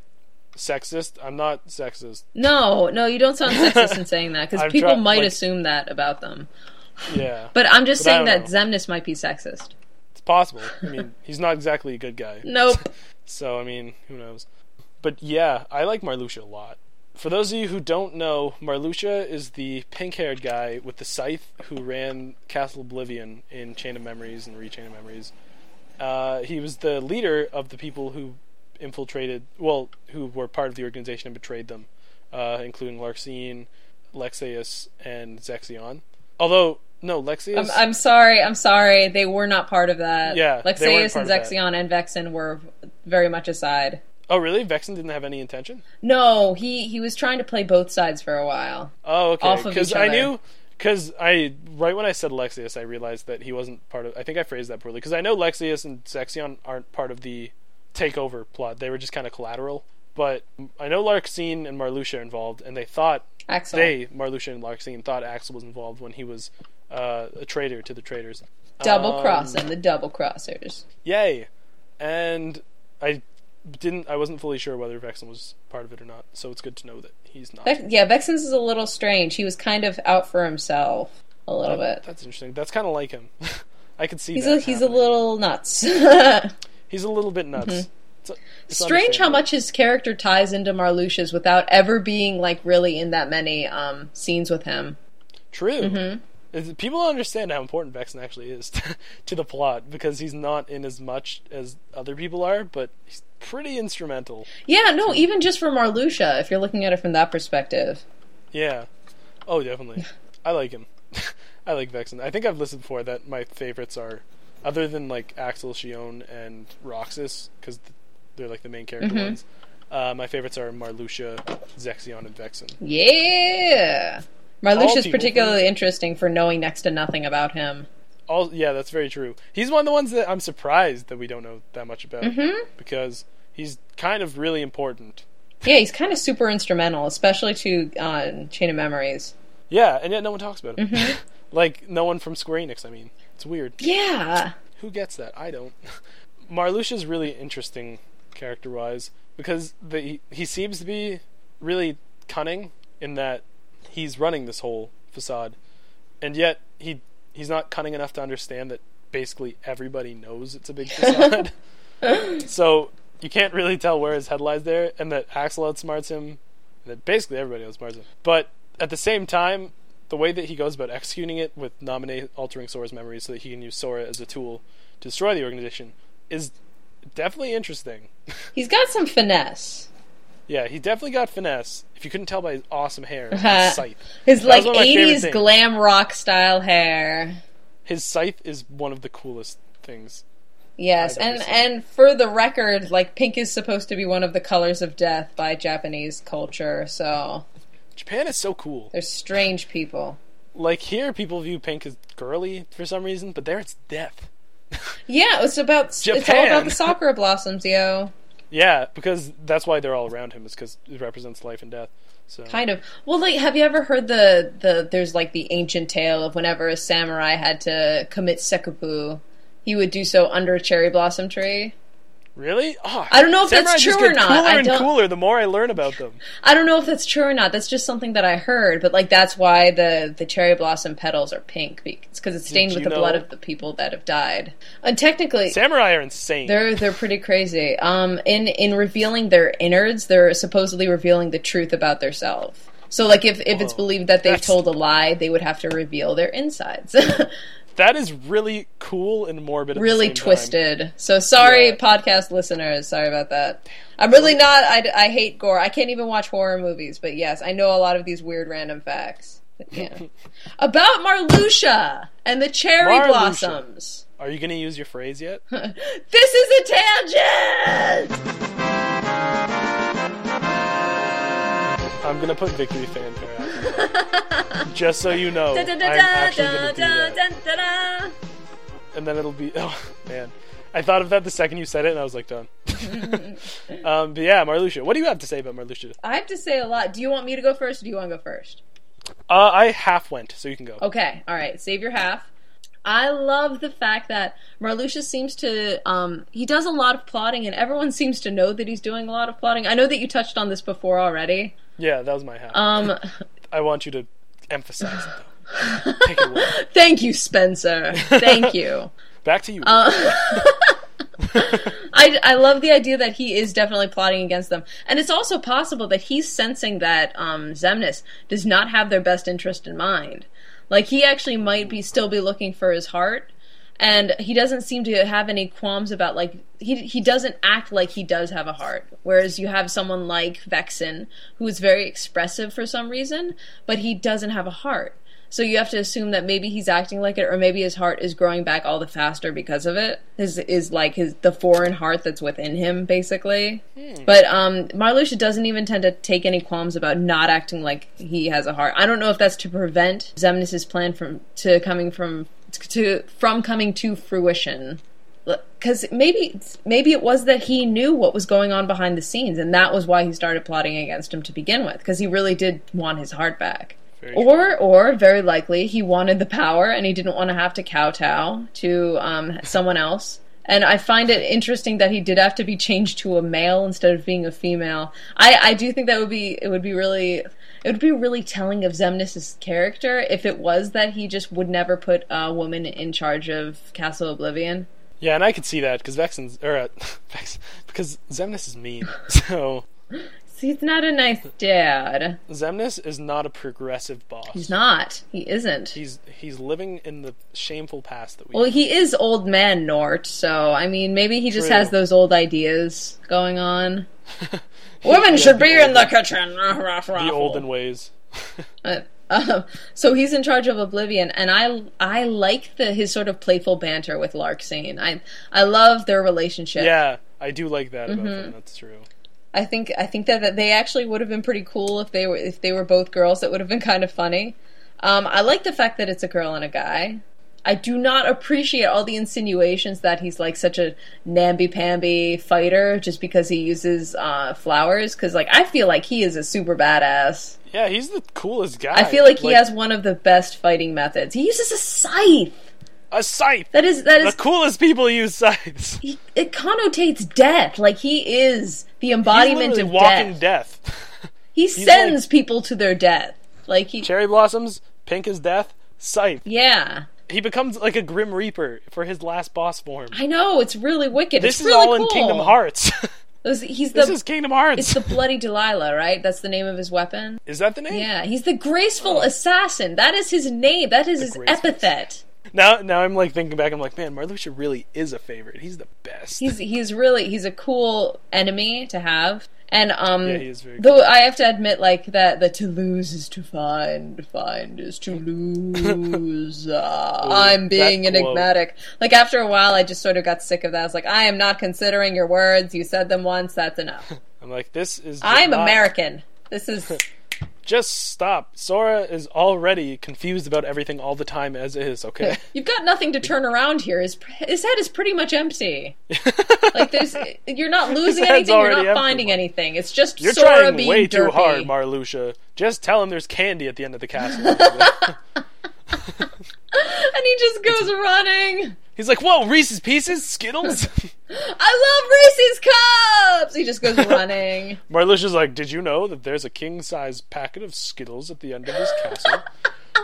sexist? I'm not sexist.
No, no, you don't sound sexist in saying that because
I've
people
tried-
might
like-
assume that about them.
Yeah,
But I'm just
But I
saying that
don't
Zemnis might be sexist.
it's possible. I mean, he's not exactly a good guy.
Nope.
So I mean, who knows? But yeah, I like Marluxia a lot. For those of you who don't know, Marluxia is the pink-haired guy with the scythe who ran Castle Oblivion in Chain of Memories and Rechain of Memories. Uh, he was the leader of the people who infiltrated, well, who were part of the organization and betrayed them, uh, including Larxene, Lexius, and Zexion. Although, no, Lexius.
I'm, I'm sorry. I'm sorry. They were not part of that.
Yeah, they weren't
Lexius
part
and
of that.
Zexion and Vexen were very much aside.
oh, really? Vexen didn't have any intention?
No, he he was trying to play both sides for a while.
Oh, okay.
off of
Because
each
I
other.
knew, because I right when I said Lexius, I realized that he wasn't part of. I think I phrased that poorly because I know Lexius and Sexion aren't part of the takeover plot. They were just kind of collateral. But I know Larxene and Marluxia are involved, and they thought
Axel.
they Marluxia and Larxene thought Axel was involved when he was uh, a traitor to the traitors.
double
Um,
cross him, the double crossers.
Yay! And I didn't. I wasn't fully sure whether Vexen was part of it or not. So it's good to know that he's not.
Vex, yeah, Vexen's is a little strange. He was kind of out for himself a little bit.
That's interesting. That's kind of like him. I could see
He's
that
a, he's a
happening.
little nuts.
He's a little bit nuts. It's, it's
Mm-hmm. strange how
understandable.
much his character ties into Marluxia's without ever being like really in that many um, scenes with him.
True.
Mm-hmm.
Is- People don't understand how important Vexen actually is to, to the plot because he's not in as much as other people are, but he's pretty instrumental.
Yeah, no, even just for Marluxia, if you're looking at it from that perspective.
Yeah. Oh, definitely. I like him. I like Vexen. I think I've listed before that my favorites are, other than like Axel, Shion, and Roxas, because they're like the main character
Mm-hmm.
ones. Uh, my favorites are Marluxia, Zexion, and Vexen.
Yeah.
All
Marluxia's
people
particularly interesting for knowing next to nothing about him.
All yeah, that's very true. He's one of the ones that I'm surprised that we don't know that much about because He's kind of really important.
Yeah, he's kind of super instrumental, especially to uh, Chain of Memories.
Yeah, and yet no one talks about him. like no one from Square Enix. I mean, it's weird.
Yeah.
Who gets that? I don't. Marluxia's really interesting character-wise because the, he seems to be really cunning in that he's running this whole facade, and yet he he's not cunning enough to understand that basically everybody knows it's a big facade. so you can't really tell where his head lies there, and that Axel outsmarts him, and that basically everybody outsmarts him. But at the same time, the way that he goes about executing it with nominate altering Sora's memory so that he can use Sora as a tool to destroy the organization is definitely interesting.
He's got some finesse.
yeah, he definitely got finesse. If you couldn't tell by his awesome hair, and his scythe.
His
was
like
one of my favorite
80s
things.
glam rock style hair.
His scythe is one of the coolest things.
Yes,
I've
and
never seen
and for the record, like pink is supposed to be one of the colors of death by Japanese culture. So
Japan is so cool.
they're strange people.
Like here, people view pink as girly for some reason, but there it's death.
Yeah, it's about it's all
Japan.
about the sakura blossoms, yo.
Yeah, because that's why they're all around him. Is because it represents life and death. So
Kind of. Well, like, have you ever heard the the there's like the ancient tale of whenever a samurai had to commit seppuku, he would do so under a cherry blossom tree.
really, oh,
I don't know if that's
samurai just
true or
get
not.
Cooler
I
and
don't-
cooler the more I learn about them.
I don't know if that's true or not. That's just something that I heard, but like that's why the the cherry blossom petals are pink because it's stained
Did
with
you
the blood
know-
of the people that have died. And technically,
Samurai are insane.
they're they're pretty crazy. Um, in in revealing their innards, they're supposedly revealing the truth about themselves. So like if if it's
Whoa.
believed that they've
That's-
told a lie, they would have to reveal their insides.
That is really cool and morbid. At
really
the same time.
twisted. So sorry,
Yeah.
podcast listeners. Sorry about that. I'm really not. I, I hate gore. I can't even watch horror movies. But yes, I know a lot of these weird random facts. But yeah. about Marluxia and the cherry
Marluxia.
blossoms.
Are you going to use your phrase yet?
This is a tangent.
I'm going to put victory fanfare. Out. Just so you know, I'm actually going to do that.
Da-da-da-da-da-da-da-da.
and then it'll be oh man i thought of that the second you said it and i was like done um, but yeah marluxia what do you have to say about marluxia
I have to say a lot. Do you want me to go first? Or do you want to go first?
uh, i half went so you can go
Okay, all right, save your half. I love the fact that Marluxia seems to um, he does a lot of plotting, and everyone seems to know that he's doing a lot of plotting. I know that you touched on this before already.
yeah that was my half
Um,
i want you to emphasize it though take it away
thank you, Spencer. Thank you.
back to you
Uh, I, I love the idea that he is definitely plotting against them, and it's also possible that he's sensing that um, Zemnis does not have their best interest in mind. Like he actually might be still be looking for his heart, and he doesn't seem to have any qualms about like he he doesn't act like he does have a heart. Whereas you have someone like Vexen who is very expressive for some reason, but he doesn't have a heart. So you have to assume that maybe he's acting like it, or maybe his heart is growing back all the faster because of it. His is like his the foreign heart that's within him, basically. But um, Marluxia doesn't even tend to take any qualms about not acting like he has a heart. I don't know if that's to prevent Zemnis's plan from to coming from to from coming to fruition because maybe maybe it was that he knew what was going on behind the scenes, and that was why he started plotting against him to begin with, because he really did want his heart back.
Very
or, or very likely, he wanted the power, and he didn't want to have to kowtow to um, someone else. And I find it interesting that he did have to be changed to a male instead of being a female. I, I do think that would be it would be really it would be really telling of Zemnis's character if it was that he just would never put a woman in charge of Castle Oblivion.
yeah and i could see that because vexen's or uh, Vex, because zemnis is mean so
He's not a nice dad.
zemnis is not a progressive boss
He's not. He isn't.
he's he's living in the shameful past that we
well, he is old man Nort, so I mean, maybe he just
True.
has those old ideas going on. Women
yeah,
should
the
be in the kitchen.
the olden ways
Uh, um, so he's in charge of Oblivion, and I I like the his sort of playful banter with Larksane. I I love their relationship.
yeah i do like that about
Mm-hmm.
them that's true
I think I think that, that they actually would have been pretty cool if they were if they were both girls. That would have been kind of funny. Um, I like the fact that it's a girl and a guy. I do not appreciate all the insinuations that he's like such a namby-pamby fighter just because he uses uh, flowers. Because like I feel like he is a super badass.
Yeah, he's the coolest guy.
I feel like he has one of the best fighting methods. He uses a scythe.
a scythe.
That is that
The
is
coolest people use scythes.
he, it connotates death. Like he is the embodiment
he's
of
literally walking
death.
death.
He sends people to their death. Like he,
Cherry blossoms, pink is death, scythe.
yeah.
He becomes like a grim reaper for his last boss form.
I know it's really wicked.
This
it's
is
really
all
cool.
in Kingdom Hearts.
Those- He's the
this is Kingdom Hearts.
it's the bloody Delilah, right? That's the name of his weapon.
Is that the name?
Yeah, he's the graceful assassin. That is his name. That is his
graceful
epithet.
Now, now I'm like thinking back. I'm like, man, Marluxia really is a favorite. He's the best.
He's he's really he's a cool enemy to have. And um
Yeah, he is very
though I have to admit like that the to lose is to find, to find is to lose. Ah, I'm being
that quote.
enigmatic. Like after a while I just sort of got sick of that. I was like, I am not considering your words. You said them once, that's enough.
I'm like, this is.
I'm
not-
American. This is
Just stop. Sora is already confused about everything all the time as is. Okay.
You've got nothing to turn around here. His, his head is pretty much empty. like there's, you're not losing
His head's
anything. You're
already
not
empty.
finding anything. It's just
You're
Sora
trying
being
way
derpy.
too hard, Marluxia. Just tell him there's candy at the end of the castle.
and he just goes running.
He's like, whoa, Reese's Pieces, Skittles.
I love Reese's cups. He just goes running.
Marluxia's like, did you know that there's a king size packet of Skittles at the end of this castle?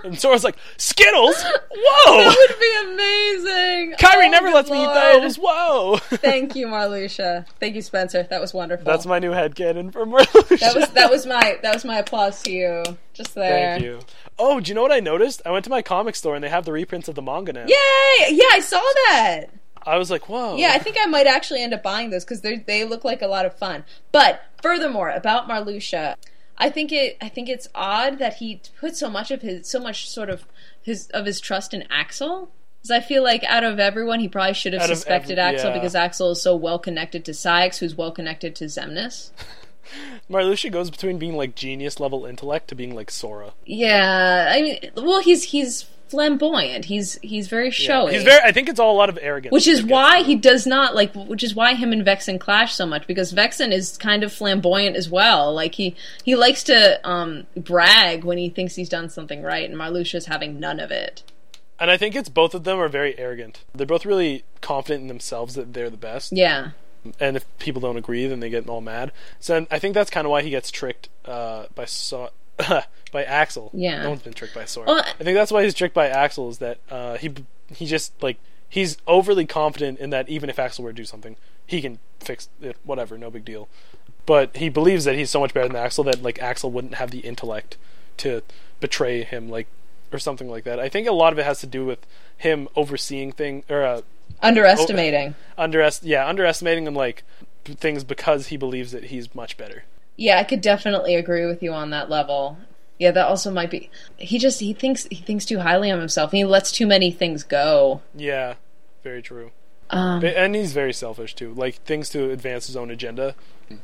and Sora's like, Skittles? Whoa!
that would be amazing.
Kyrie
Oh,
never
good
lets
Lord.
me eat those. Whoa!
Thank you, Marluxia. Thank you, Spencer. That was wonderful.
That's my new headcanon for Marluxia.
that was that was my that was my applause to you. Just there.
Thank you. Oh, do you know what I noticed? I went to my comic store and they have the reprints of the manga now.
Yay! Yeah, I saw that.
I was like, whoa.
Yeah, I think I might actually end up buying those because they they look like a lot of fun. But furthermore, about Marluxia, I think it I think it's odd that he put so much of his so much sort of his of his trust in Axel. Because I feel like out of everyone, he probably should have
Out of
suspected
every-
Axel
yeah.
because Axel is so well connected to Sykes, who's well connected to Zemnis.
Marluxia goes between being like genius level intellect to being like Sora.
Yeah, I mean, well, he's he's flamboyant. He's he's very showy.
He's very. I think it's all a lot of arrogance.
Which is
Like,
why he does not like. Which is why him and Vexen clash so much because Vexen is kind of flamboyant as well. Like he he likes to um, brag when he thinks he's done something right, and Marluxia's having none of it.
And I think it's both of them are very arrogant. They're both really confident in themselves that they're the best.
Yeah,
And if people don't agree, then they get all mad. So I think that's kind of why he gets tricked uh, by so- by Axel.
Yeah.
No one's been tricked by Sora.
Well, I-
I think that's why he's tricked by Axel is that uh, he he just like he's overly confident in that even if Axel were to do something, he can fix it. Whatever, no big deal. But he believes that he's so much better than Axel that like Axel wouldn't have the intellect to betray him, like or something like that. I think a lot of it has to do with him overseeing thing or uh,
underestimating.
underest yeah underestimating him like b- things because he believes that he's much better.
Yeah, I could definitely agree with you on that level. Yeah, that also might be. He just he thinks he thinks too highly of himself. He lets too many things go.
Yeah, very true.
Um,
Ba- And he's very selfish too. Like things to advance his own agenda,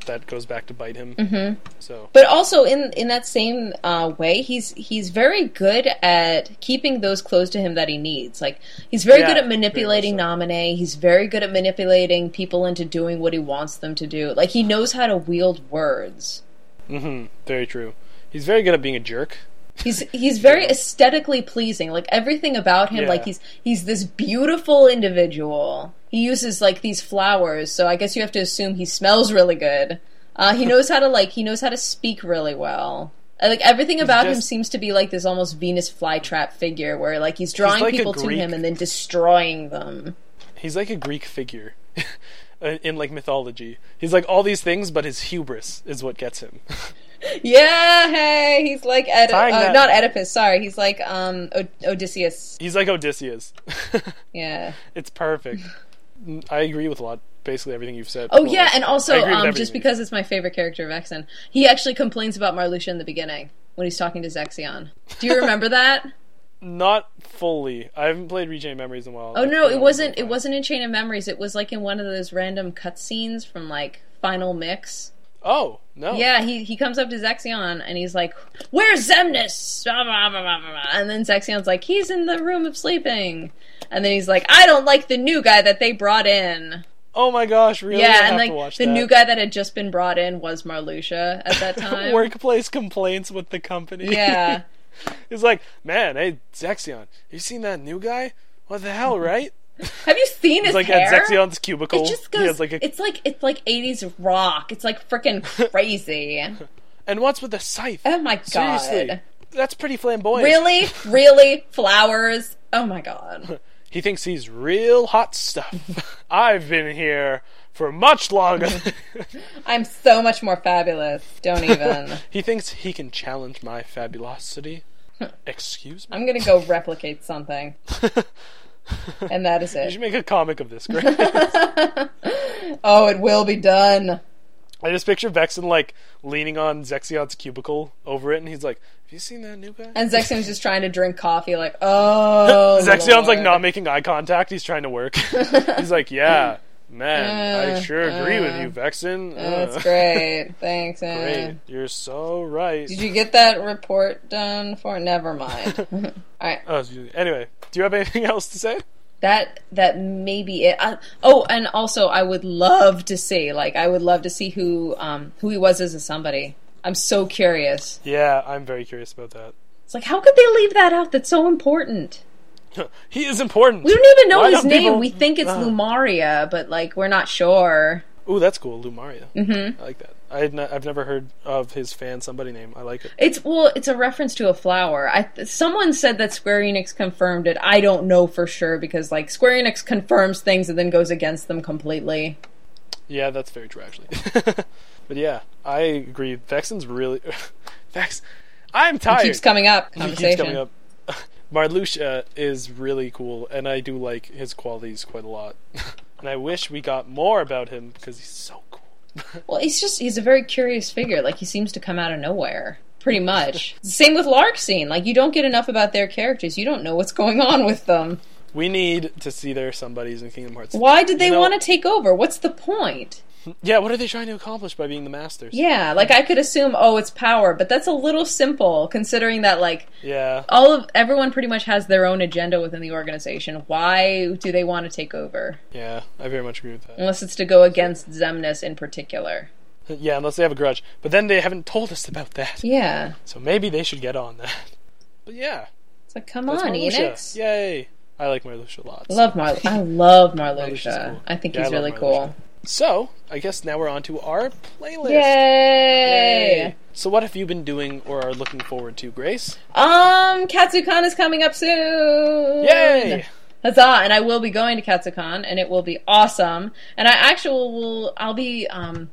that goes back to bite him. Mm-hmm. So
But also in in that same uh, way, he's he's very good at keeping those close to him that he needs. Like he's very
Yeah,
good at
very much
manipulating
so.
nominee. He's very good at manipulating people into doing what he wants them to do. Like he knows how to wield words.
hmm very true. He's very good at being a jerk.
He's he's very aesthetically pleasing. Like everything about him,
Yeah.
like he's he's this beautiful individual. He uses like these flowers, so I guess you have to assume he smells really good. Uh, he knows how to like he knows how to speak really well. Uh, Like everything about him
just-
seems to be like this almost Venus flytrap figure, where like he's drawing
like a
people to
Greek-
him and then destroying them.
He's like a Greek figure. uh, In like mythology, he's like all these things, but his hubris is what gets him.
Yeah, hey, he's like Oedi-
Tying
uh,
that-
not Oedipus. Sorry, he's like um Od- Odysseus.
he's like Odysseus.
Yeah.
it's perfect. Mm, I agree with a lot, basically everything you've said.
Oh
Well,
yeah, and
I
also
agree with
um,
everything
just
you
because it's my favorite character of Exen, he actually complains about Marluxia in the beginning when he's talking to Zexion. Do you remember that?
Not fully. I haven't played Rechain Memories in a while.
Oh no, it wasn't. It wasn't in Chain of Memories. It was like in one of those random cutscenes from like Final Mix.
Oh no.
Yeah, he, he comes up to Zexion and he's like, "Where's Zemnis?" Blah, blah, blah, blah, blah, blah. And then Zexion's like, "He's in the room of sleeping." And then he's like, "I don't like the new guy that they brought in."
Oh my gosh! Really? I
yeah,
have
and
to
like
watch
the
that.
new guy that had just been brought in was Marluxia at that time.
Workplace complaints with the company.
Yeah,
He's like, man, hey, Zexion, you seen that new guy? What the hell, right?
have you seen his
It's like
hair?
at Zexion's cubicle.
It just
he
goes.
has like a,
it's like it's like eighties rock. It's like freaking crazy.
and what's with the scythe?
oh my god!
Seriously, that's pretty flamboyant.
Really, really flowers. Oh my god!
He thinks he's real hot stuff. I've been here for much longer.
I'm so much more fabulous. Don't even.
he thinks he can challenge my fabulosity. Excuse me.
I'm gonna go replicate something, and that is
You should
it.
make a comic of this, Greg.
Oh, it will be done.
I just picture Vexen like leaning on Zexion's cubicle over it, and he's like, "Have you seen that new guy?"
And Zexion's just trying to drink coffee, like, oh.
Zexion's like
Lord.
not making eye contact. He's trying to work. he's like, "Yeah, man, I sure agree with you, Vexen.
Uh, That's
Uh,
great. Thanks. uh,
great. You're so right."
Did you get that report done for? Never mind. All right.
Oh, excuse me. anyway, do you have anything else to say?
That that may be it. I, oh, and also, I would love to see. Like, I would love to see who um who he was as a somebody. I'm so curious.
Yeah, I'm very curious about that.
It's like, how could they leave that out? That's so important.
he is important.
We don't even know
Why
his
don't
name.
people- Ah.
We think it's Lumaria, but like, we're not sure.
Ooh, that's cool, Lumaria. Mm-hmm. I like that. I had not, I've never heard of his fan somebody name. I like it.
It's well, it's a reference to a flower. I someone said that Square Enix confirmed it. I don't know for sure because like Square Enix confirms things and then goes against them completely.
Yeah, that's very true, actually. but yeah, I agree. Vexen's really Vex. I'm tired.
Keeps coming up.
He keeps
Conversation.
coming up. Marluxia is really cool, and I do like his qualities quite a lot. and I wish we got more about him because he's so cool.
Well, he's just he's a very curious figure. Like he seems to come out of nowhere. Pretty much. Same with Larkscene. Like you don't get enough about their characters. You don't know what's going on with them.
We need to see their somebodies in Kingdom Hearts.
Why did they
You know-
want to take over? What's the point?
Yeah, what are they trying to accomplish by being the masters?
Yeah, like I could assume, oh, it's power, but that's a little simple considering that like
Yeah.
all of everyone pretty much has their own agenda within the organization. Why do they want to take over?
Yeah, I very much agree with that.
Unless it's to go against Zemnis in particular.
Yeah, unless they have a grudge. But then they haven't told us about that.
Yeah.
So maybe they should get on that. But yeah.
It's like, come
that's
on,
Marluxia.
Enix.
Yay. I like Marluxia a lot.
Love Mar I love
Marluxia's
Marluxia.
cool.
I think
Yeah,
he's
I love
really cool.
So, I guess now we're on to our playlist.
Yay!
Yay. So, what have you been doing or are looking forward to, Grace?
Um, Katsukan is coming up soon.
Yay!
Huzzah! And I will be going to Katsukan, and it will be awesome. And I actually will. I'll be um,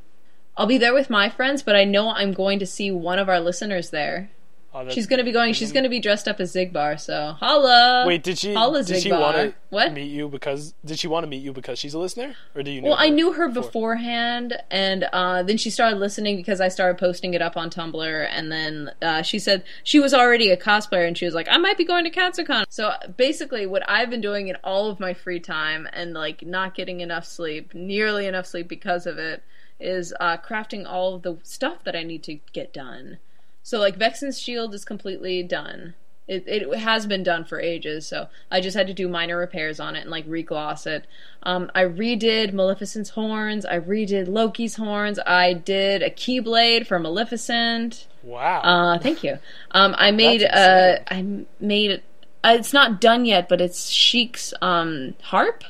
I'll be there with my friends, but I know I'm going to see one of our listeners there.
Oh, that's-
She's gonna be going. She's gonna be dressed up as Zigbar. So holla.
Mm-hmm. Wait, did she?
Paula
Did she
Zigbar.
want to
What?
meet you because? Did she want to meet you because she's a listener, or do you? Know
Well, I
her?
knew her beforehand, and uh, then she started listening because I started posting it up on Tumblr. And then uh, she said she was already a cosplayer, and she was like, "I might be going to Katsucon." So basically, what I've been doing in all of my free time and like not getting enough sleep, nearly enough sleep because of it, is uh, crafting all of the stuff that I need to get done. So like Vexen's shield is completely done. It, it has been done for ages, so I just had to do minor repairs on it and like regloss it. Um, I redid Maleficent's horns. I redid Loki's horns. I did a keyblade for Maleficent.
Wow.
Uh, thank you. Um, I made uh,
That's
I made uh, it's not done yet, but it's Sheik's um harp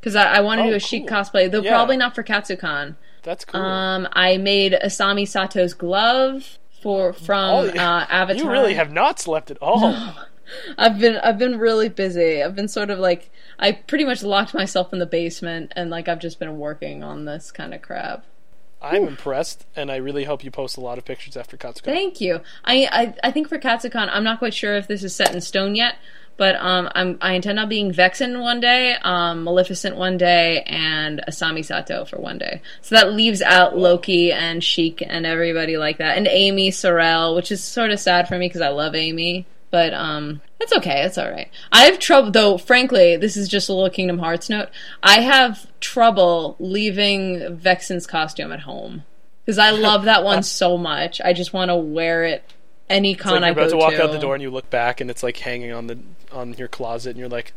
because I, I want to
Oh,
do a
cool.
Sheik cosplay, though
Yeah.
probably not for Katsukan.
That's cool.
Um, I made Asami Sato's glove for from
Oh, yeah.
uh, Avatar.
you really have not slept at all.
I've been I've been really busy. I've been sort of like I pretty much locked myself in the basement and like I've just been working on this kind of crap.
I'm impressed, and I really hope you post a lot of pictures after Katsuko.
Thank you. I, I I think for Katsucon, I'm not quite sure if this is set in stone yet, but um I'm I intend on being Vexen one day, um Maleficent one day, and Asami Sato for one day. So that leaves out Loki and Sheik and everybody like that, and Amy Sorrel, which is sort of sad for me because I love Amy. But um, it's okay. It's all right. I have trouble, though. Frankly, this is just a little Kingdom Hearts note. I have trouble leaving Vexen's costume at home. because I love that one so much. I just want to wear it any
It's
con
like you're
I go
about to walk out the door and you look back and it's like hanging on the on your closet and you're like,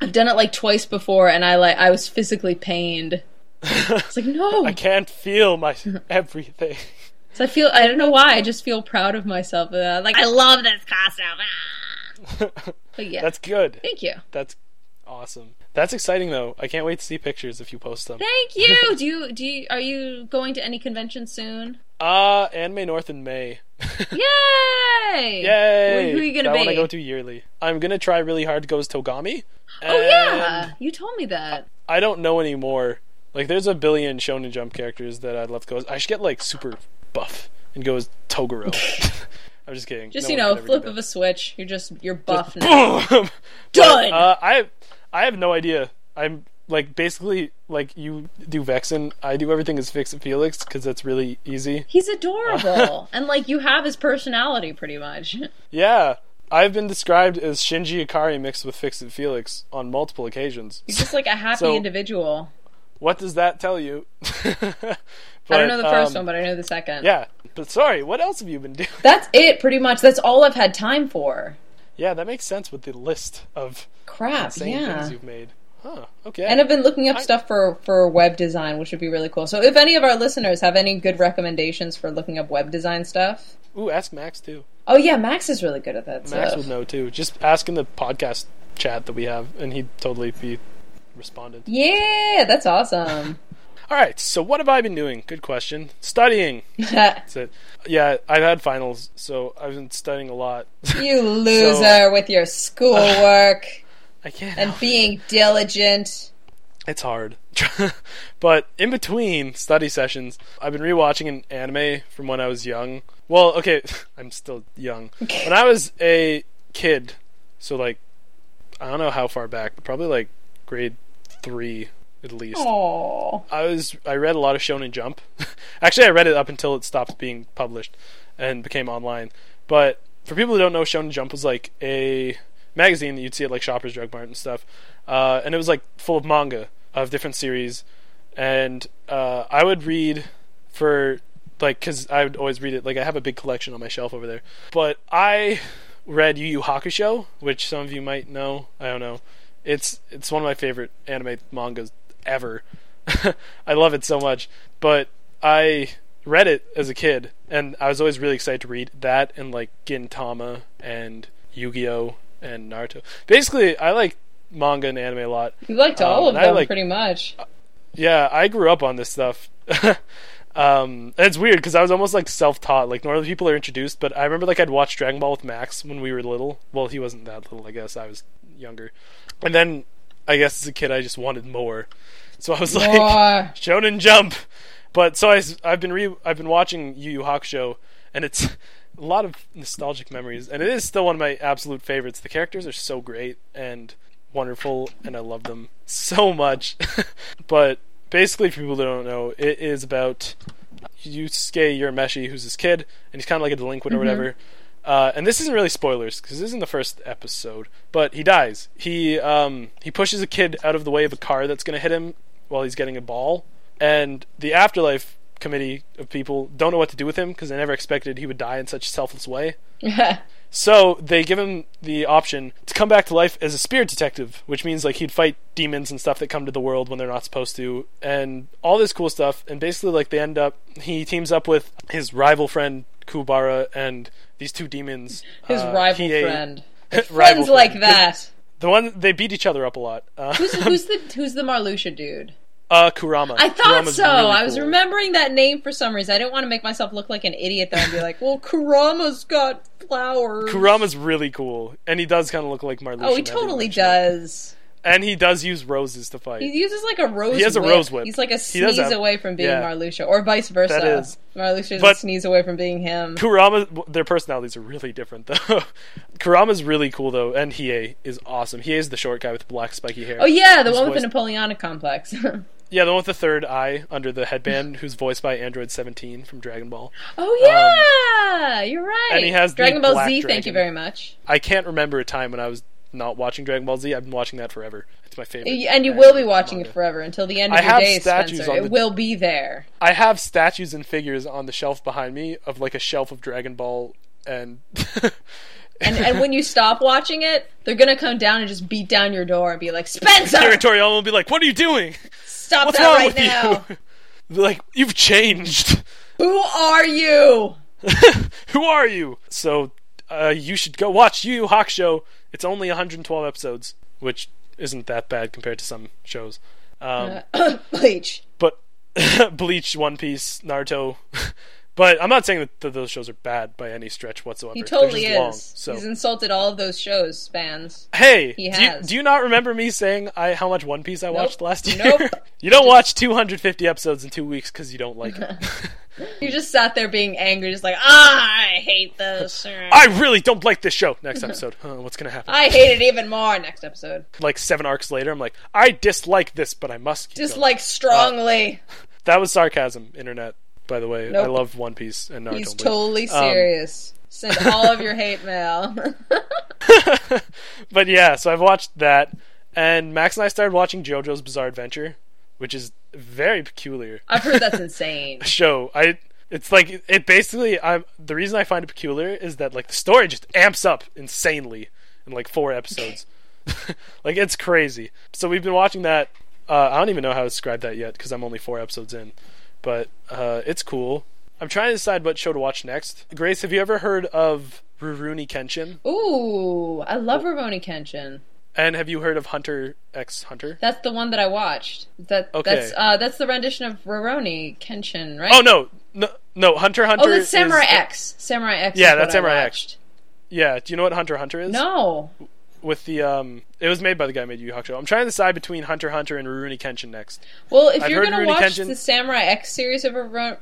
I've done it like twice before, and I like I was physically pained. It's like no,
I can't feel my everything.
So I feel I don't know why I just feel proud of myself. for that. like I love this costume. Ah. but yeah,
That's good.
thank you,
That's awesome. That's exciting though. I can't wait to see pictures if you post them.
thank you. do you do you, are you going to any convention soon?
Uh, Anime North in May.
Yay!
Yay!
Who, who are you gonna
that
be?
one I go to yearly. I'm gonna try really hard to go as Togami.
oh yeah,
And
you told me that.
I don't know anymore. Like, there's a billion Shonen Jump characters that I'd love to go. As. I should get like super buff and go as Toguro. I'm just kidding.
Just
No
you
one
know,
could ever do
flip
that.
of a switch. You're just you're buff now.
Boom.
Done!
Uh, I I have no idea. I'm like basically like you do Vexen. I do everything as Fix Felix because that's really easy.
He's adorable, and like you have his personality pretty much.
Yeah. I've been described as Shinji Ikari mixed with Fix It Felix on multiple occasions.
He's just like a happy
So-
individual.
What does that tell you?
I don't know the first one, but I know the second.
um, Yeah. But sorry, what else have you been doing?
That's it, pretty much. That's all I've had time for.
Yeah, that makes sense with the list of
Crap,
insane
yeah.
things you've made. Huh. Okay.
And I've been looking up stuff for for web design, which would be really cool. So if any of our listeners have any good recommendations for looking up web design stuff,
Ooh, ask Max too.
oh yeah, Max is really good at that
Max
stuff.
would know too. Just ask in the podcast chat that we have, and he'd totally be respondent.
Yeah, that's awesome.
All right. So what have I been doing? Good question. Studying.
you
That's it. Yeah, I've had finals, so I've been studying a lot.
loser with your schoolwork
I can't.
and being diligent.
It's hard. but in between study sessions, I've been rewatching an anime from when I was young. Well, okay, I'm still young. When I was a kid, so like, I don't know how far back, but probably like grade three at least.
Oh,
I was I read a lot of Shonen Jump. Actually, I read it up until it stopped being published and became online. But for people who don't know, Shonen Jump was like a magazine that you'd see at like Shoppers Drug Mart and stuff, uh, and it was like full of manga of different series. And uh, I would read for like because I would always read it. Like I have a big collection on my shelf over there. But I read Yu Yu Hakusho, which some of you might know. I don't know. It's it's one of my favorite anime mangas ever. I love it so much. But I read it as a kid, and I was always really excited to read that and like Gintama and Yu Gi Oh and Naruto. Basically, I like manga and anime a lot.
you liked all
Um,
of
and I
them
like-
pretty much.
Yeah, I grew up on this stuff. um, and it's weird because I was almost like self-taught. Like normally people are introduced, but I remember like I'd watch Dragon Ball with Max when we were little. Well, he wasn't that little, I guess. I was younger, and then I guess as a kid I just wanted more. So I was like,
Roar.
Shonen Jump. But so I, have been re I've been watching Yu Yu Hakusho, and it's a lot of nostalgic memories, and it is still one of my absolute favorites. The characters are so great and wonderful, and I love them so much. but basically, for people that don't know, it is about Yusuke Urameshi, who's this kid, and he's kind of like a delinquent or whatever. Uh, and this isn't really spoilers because this isn't the first episode, but he dies. He um, he pushes a kid out of the way of a car that's going to hit him while he's getting a ball, and the afterlife committee of people don't know what to do with him because they never expected he would die in such a selfless way. uh, So they give him the option to come back to life as a spirit detective, which means like he'd fight demons and stuff that come to the world when they're not supposed to, and all this cool stuff. And basically, like they end up, he teams up with his rival friend Kubara and these two demons.
His
uh,
rival
Hiei-
friend.
rival
Friends like
friend.
that.
The one they beat each other up a lot. Uh,
Who's, who's the who's the Marluxia dude?
uh Kurama.
I thought
Kurama's
so.
really
I was
cool.
remembering that name for some reason. I didn't want to make myself look like an idiot though and be like, "Well, Kurama's got flowers."
Kurama's really cool, and he does kind of look like Marluxia.
Oh, he
Matthew
totally
Marluxia.
does.
And he does use roses to fight.
He uses like a rose.
He has a
whip.
rose whip.
He's like a
He does
sneeze
have-
away from being
yeah.
Marluxia, or vice versa.
That is.
Marluxia's a
But-
sneeze away from being him.
Kurama, their personalities are really different though. Kurama's really cool though, and Hiei is awesome. Hiei is the short guy with black spiky hair.
Oh yeah, the
His
one with
voice-
the Napoleonic complex.
yeah, the one with the third eye under the headband, who's voiced by Android Seventeen from Dragon Ball.
oh yeah, you're right.
Um, and he has the
Dragon Ball
black
Z. Thank you
dragon.
very much.
I can't remember a time when I was not watching Dragon Ball Z. I've been watching that forever. It's my favorite.
And you will be watching it forever until the end of
I
your
have
days,
statues
Spencer.
on the-
It will be there.
I have statues and figures on the shelf behind me of like a shelf of Dragon Ball and
And, and when you stop watching it, they're gonna come down and just beat down your door and be like, Spencer,
territorial will be like, "What are you doing?
stop
What's
that
wrong
right
with
now.
you?" They're like, "You've changed.
Who are you?
Who are you?" So, uh, you should go watch Yu Yu Hakusho. It's only 112 episodes, which isn't that bad compared to some shows. Um,
Uh, Bleach.
but Bleach, One Piece, Naruto. but I'm not saying that, that those shows are bad by any stretch whatsoever.
He totally
They're
is.
just long, so
He's insulted all of those shows, spans.
hey,
He
do, you,
has.
do you not remember me saying I how much One Piece I watched last year?
Nope.
you don't watch 250 episodes in two weeks because you don't like it.
You just sat there being angry, just like, ah, I hate this.
I really don't like this show. Next episode, huh, what's gonna happen?
I hate it even more next episode.
Like seven arcs later, I'm like, I dislike this, but I must. Keep
Just
going.
like strongly.
that was sarcasm, internet. By the way, I
Nope.
love One Piece and Naruto.
He's
but-
totally
Um,
serious. Send all of your hate mail.
but yeah, so I've watched that, and Max and I started watching JoJo's Bizarre Adventure, which is very peculiar
I've heard that's insane.
show. I it's like it basically. I'm the reason I find it peculiar is that like the story just amps up insanely in like four episodes. like it's crazy. So we've been watching that. Uh, I don't even know how to describe that yet because I'm only four episodes in, but uh, it's cool. I'm trying to decide what show to watch next. Grace, have you ever heard of Rurouni Kenshin?
Ooh, I love Rurouni Kenshin.
And have you heard of Hunter X Hunter?
That's the one that I watched. That
Okay.
that's uh, that's the rendition of Rurouni Kenshin, right?
Oh no, no, no. Hunter Hunter.
Oh, that's Samurai
is-
X. Samurai X.
Yeah,
is what
that's
I
Samurai X.
watched.
Yeah. Do you know what Hunter Hunter is?
No,
With the um, it was made by the guy who made Yu Yu Hakusho. I'm trying to decide between Hunter Hunter and Rurouni Kenshin next.
Well, if
I've
you're
heard
going to
Rurouni
watch
Kenshin-
the Samurai X series of Rurouni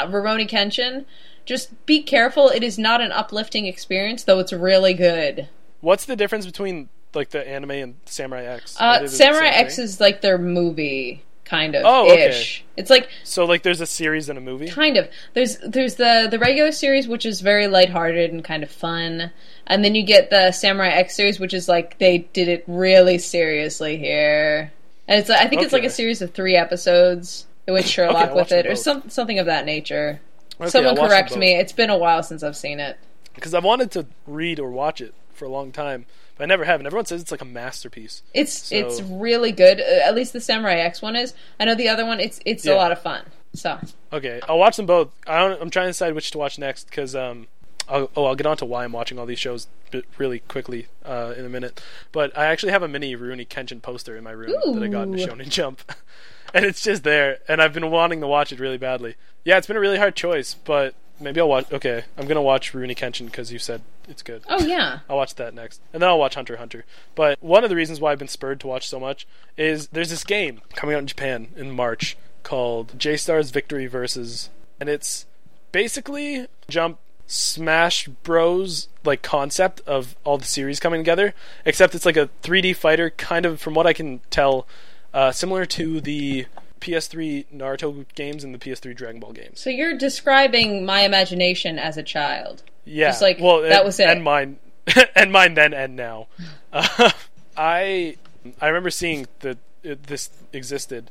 Kenshin, just be careful. It is not an uplifting experience, though it's really good.
What's the difference between like the anime and Samurai X? Are they
Uh,
the
Samurai
same
X
thing?
is like their movie, kind of.
Oh, okay.
ish. It's like
So like, there's a series and a movie.
kind of there's there's the the regular series which is very lighthearted and kind of fun and then you get the samurai x series which is like they did it really seriously here and it's i think it's like
Okay.
a series of three episodes they went sherlock
I'll watch
with
them
it or
both.
some, something of that nature
Okay,
someone correct me it's been a while since i've seen it
because I wanted to read or watch it for a long time, but I never have. And everyone says it's like a masterpiece.
it's
So-
it's really good Uh, at least the samurai x one is i know the other one it's it's
Yeah.
a lot of fun so
Okay, I'll watch them both. I don't, I'm trying to decide which to watch next because um, I'll, oh, I'll get on to why I'm watching all these shows bit really quickly uh, in a minute. But I actually have a mini Rooney Kenshin poster in my room that I got in
Ooh.
Shonen Jump, and it's just there. And I've been wanting to watch it really badly. Yeah, it's been a really hard choice, but maybe I'll watch. Okay, I'm gonna watch Rooney Kenshin because you said it's good.
oh yeah
I'll watch that next, and then I'll watch Hunter x Hunter. But one of the reasons why I've been spurred to watch so much is there's this game coming out in Japan in March called J Stars Victory Versus, and it's basically Jump Smash Bros. like concept of all the series coming together, except it's like a 3D fighter, kind of from what I can tell, uh, similar to the PS3 Naruto games and the PS3 Dragon Ball games.
so you're describing my imagination as a child
Yeah.
Just like,
well,
that
and-
was it.
And mine, and mine then and now. Uh, I I remember seeing that it, this existed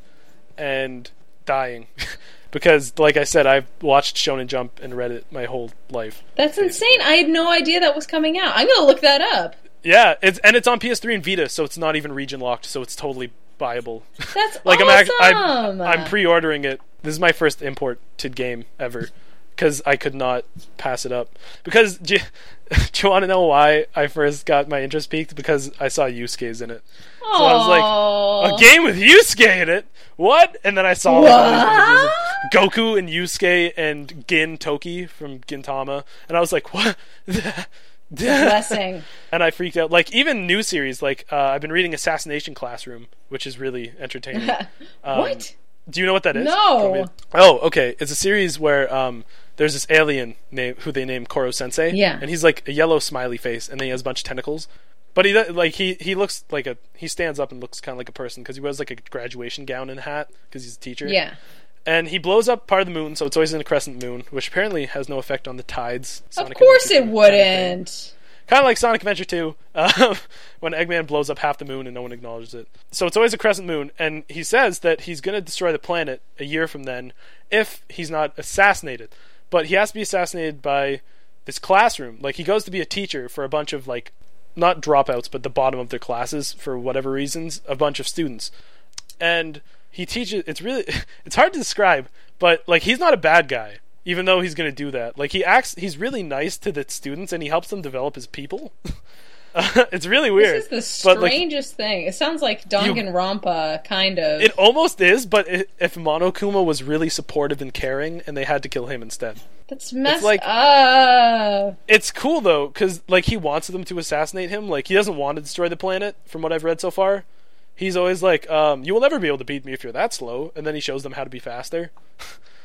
and dying because, like I said, I've watched Shonen Jump and read it my whole life.
That's insane. I had no idea that was coming out. I'm going to look that up.
Yeah, it's and it's on PS3 and Vita, so it's not even region loct, so it's totally buyable.
That's
like I'm, act-
awesome.
I'm I'm pre-ordering it. This is my first imported game ever because I could not pass it up. Because do you, do you want to know why I first got my interest peaked? Because I saw Yusuke's in it. So I was like,
Aw.
A game with Yusuke in it? What? And then I saw like, all these images
Oh. What?
of Goku and Yusuke and Gin Toki from Gintama, and I was like, what?
blessing.
and I freaked out. Like even new series, like uh, I've been reading Assassination Classroom, which is really entertaining. Um,
what?
do you know what that is?
No.
Do you want me to- Oh, okay. It's a series where um, there's this alien name who they name Koro Sensei.
Yeah.
And he's like a yellow smiley face, and then he has a bunch of tentacles. But he do- like he he looks like a he stands up and looks kind of like a person because he wears like a graduation gown and hat because he's a teacher.
Yeah.
And he blows up part of the moon, so it's always in a crescent moon, which apparently has no effect on the tides.
Of course it wouldn't.
Kind of like Sonic Adventure 2, um, when Eggman blows up half the moon and no one acknowledges it. So it's always a crescent moon, and he says that he's going to destroy the planet a year from then if he's not assassinated. But he has to be assassinated by this classroom. Like, he goes to be a teacher for a bunch of, like, not dropouts, but the bottom of their classes for whatever reasons, a bunch of students. And he teaches it's really it's hard to describe, but like he's not a bad guy, even though he's gonna do that. Like he acts he's really nice to the students and he helps them develop his people. Uh, it's really weird.
This is the
but, like,
strangest thing. It sounds like Danganronpa, kind of.
it almost is, but i if Monokuma was really supportive and caring, and they had to kill him instead,
That's messed
like-
up.
it's cool though because like he wants them to assassinate him like he doesn't want to destroy the planet from what i've read so far he's always like um, you will never be able to beat me if you're that slow and then he shows them how to be faster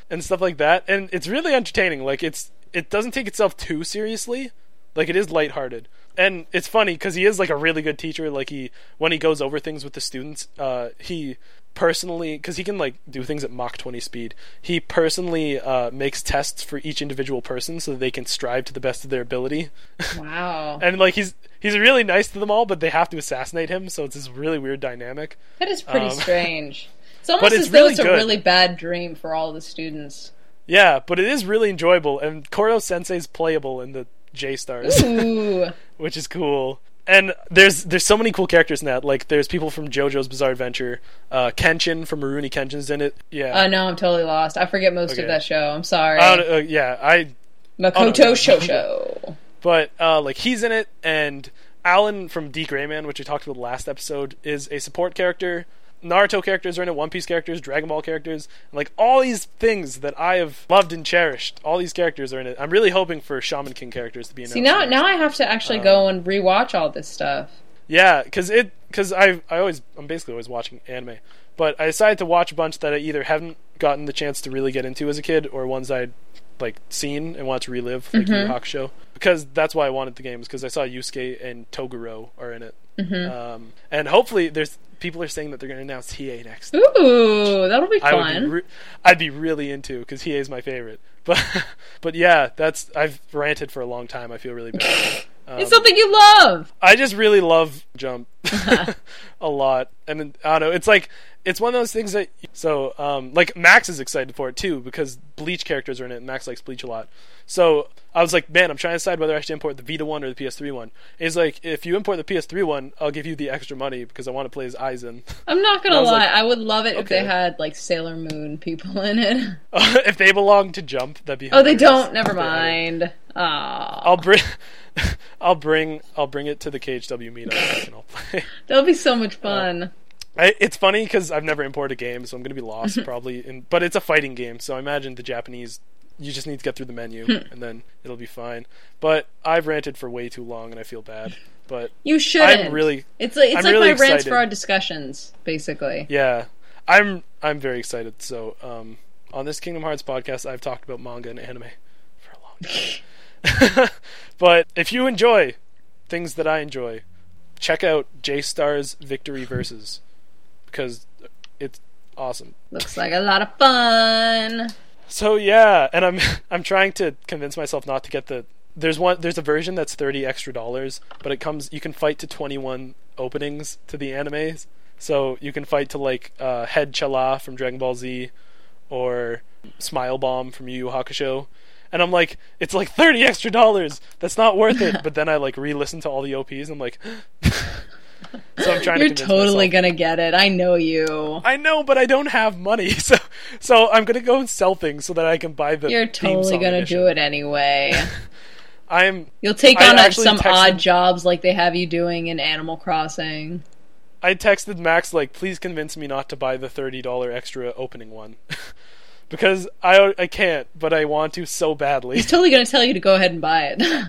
and stuff like that and it's really entertaining like it's it doesn't take itself too seriously like it is lighthearted and it's funny because he is like a really good teacher like he when he goes over things with the students uh, he personally because he can like do things at mach 20 speed he personally uh, makes tests for each individual person so that they can strive to the best of their ability
Wow.
and like he's he's really nice to them all but they have to assassinate him so it's this really weird dynamic
That is pretty
um,
strange. It's almost
it's
as though
really
it's a
good.
really bad dream for all the students.
yeah but it is really enjoyable and koro sensei's playable in the j stars
Ooh.
which is cool. And there's there's so many cool characters in that. Like there's people from JoJo's Bizarre Adventure, uh, Kenshin from Rurouni Kenshin's in it. Yeah,
Oh no, I'm totally lost. I forget most
Okay.
of that show. I'm sorry.
I don't- uh, yeah. I
Makoto
oh, no, no.
Shosho.
but uh, like he's in it, and Alan from D Grayman, which we talked about last episode, is a support character. Naruto characters are in it, One Piece characters, Dragon Ball characters, and like all these things that I have loved and cherished. All these characters are in it. I'm really hoping for Shaman King characters to be in it.
See now, now I have to actually go
Um,
and rewatch all this stuff.
Yeah, because it because I I always I'm basically always watching anime, but I decided to watch a bunch that I either haven't gotten the chance to really get into as a kid or ones I'd like seen and want to relive, like
Mm-hmm.
Yu Yu Hakusho, because that's why I wanted the games because I saw Yusuke and Toguro are in it,
Mm-hmm.
um, and hopefully there's people are saying that they're going to announce Hiei next.
Ooh, that'll be
I would be
fun.
re- I'd be really into because Hiei is my favorite, but but yeah, that's I've ranted for a long time. I feel really bad. um,
it's something you love.
I just really love jump
Uh-huh.
a lot, and then- I don't know. It's like it's one of those things that so um, like Max is excited for it too because Bleach characters are in it. and Max likes Bleach a lot, so I was like, man, I'm trying to decide whether I should import the Vita one or the PS3 one. And he's like, if you import the PS3 one, I'll give you the extra money because I want to play as Aizen.
I'm not gonna
was
lie.
like,
I would love it if they
okay.
had like Sailor Moon people in it.
if they belong to Jump, that'd be
Oh, they
hilarious.
don't. Never
They're out.
mind. Ah,
I'll bring. I'll bring I'll bring it to the KHW meetup and I'll play.
that'll be so much fun.
I, it's funny because I've never imported a game, so I'm going to be lost probably. In, but it's a fighting game, so I imagine the Japanese. You just need to get through the menu, and then it'll be fine. But I've ranted for way too long, and I feel bad. But
You shouldn't.
really-
It's like it's
I'm
like
really
my rants
excited.
for our discussions, basically.
yeah, I'm I'm very excited. So um, on this Kingdom Hearts podcast, I've talked about manga and anime for a long time. but if you enjoy things that I enjoy, check out J Star's Victory Versus because it's awesome.
Looks like a lot of fun.
So yeah, and I'm I'm trying to convince myself not to get the there's one there's a version that's thirty extra dollars, but it comes you can fight to twenty one openings to the animes. So you can fight to like uh, Head Chala from Dragon Ball Z, or Smile Bomb from Yu Yu Hakusho, and I'm like it's like thirty extra dollars. That's not worth it. but then I like re-listen to all the OPs. and I'm like, so I'm trying
You're
to convince
totally
myself.
gonna get it. I know you.
I know, but I don't have money, so so I'm gonna go and sell things so that I can buy the.
You're
theme
totally
song
gonna
edition.
do it anyway.
I'm.
You'll take
I
on uh,
actually
some
texted-
odd jobs like they have you doing in Animal Crossing.
I texted Max like, please convince me not to buy the thirty dollar extra opening one, because I I can't, but I want to so badly.
He's totally gonna tell you to go ahead and buy it.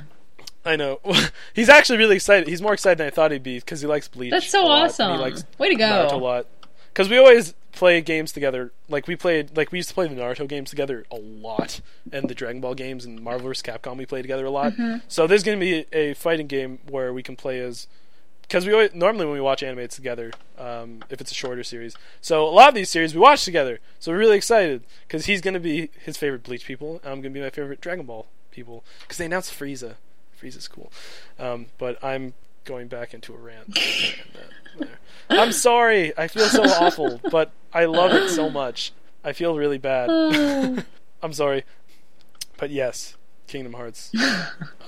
I know. He's actually really excited. He's more excited than I thought he'd be because he likes Bleach.
That's
a
so
lot,
awesome.
And he likes
Way to go.
Naruto a lot. Because we always play games together. Like we played, like we used to play the Naruto games together a lot, and the Dragon Ball games and Marvel vs. Capcom we play together a lot.
Mm-hmm.
So there's going to be a fighting game where we can play as. Because we always, normally when we watch anime, it's together. Um, if it's a shorter series, so a lot of these series we watch together. So we're really excited because he's going to be his favorite Bleach people, and I'm going to be my favorite Dragon Ball people. Because they announced Frieza Frieza's cool. Um, but I'm going back into a rant. I'm sorry. I feel so awful, but I love it so much. I feel really bad. I'm sorry, but yes, Kingdom Hearts.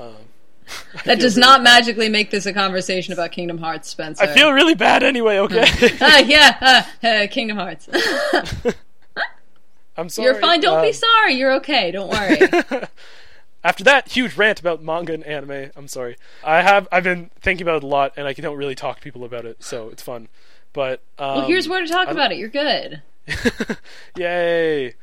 Um, I feel
That does
really-
not magically make this a conversation about Kingdom Hearts, Spencer.
I feel really bad anyway. Okay.
Ah, yeah, ah, uh, Kingdom Hearts.
I'm sorry.
You're fine. Don't be
Um,
sorry. You're okay. Don't worry.
After that huge rant about manga and anime, I'm sorry. I have I've been thinking about it a lot, and I don't really talk to people about it, so it's fun. But um,
well, here's where to talk about it. You're good.
Yay!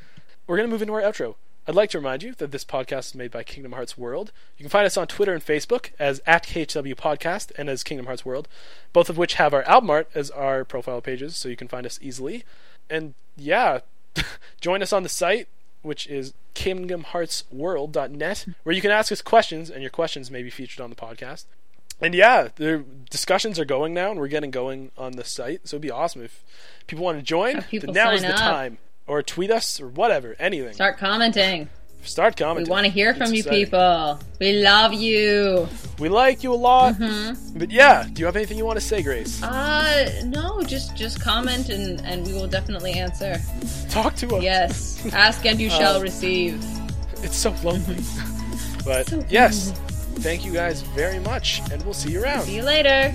We're going to move into our outro. I'd like to remind you that this podcast is made by Kingdom Hearts World. You can find us on Twitter and Facebook as at KHW Podcast and as Kingdom Hearts World, both of which have our album art as our profile pages, so you can find us easily. And yeah, join us on the site, which is kingdomheartsworld.net, where you can ask us questions, and your questions may be featured on the podcast. And yeah, the discussions are going now, and we're getting going on the site. So it'd be awesome if people want to join.
People
then now
sign
is the
up.
time, or tweet us, or whatever, anything. Start,
Start commenting. We
commenting.
want to hear
It's
from you
exciting.
people. We love you.
We like you a lot.
Mm-hmm.
But yeah, do you have anything you want to say, Grace?
Uh, no, just just comment and and we will definitely answer.
Talk to us.
Yes, ask and you shall receive.
It's so lonely. but
Mm-hmm. So
yes, thank you guys very much, and we'll see you around.
See you later.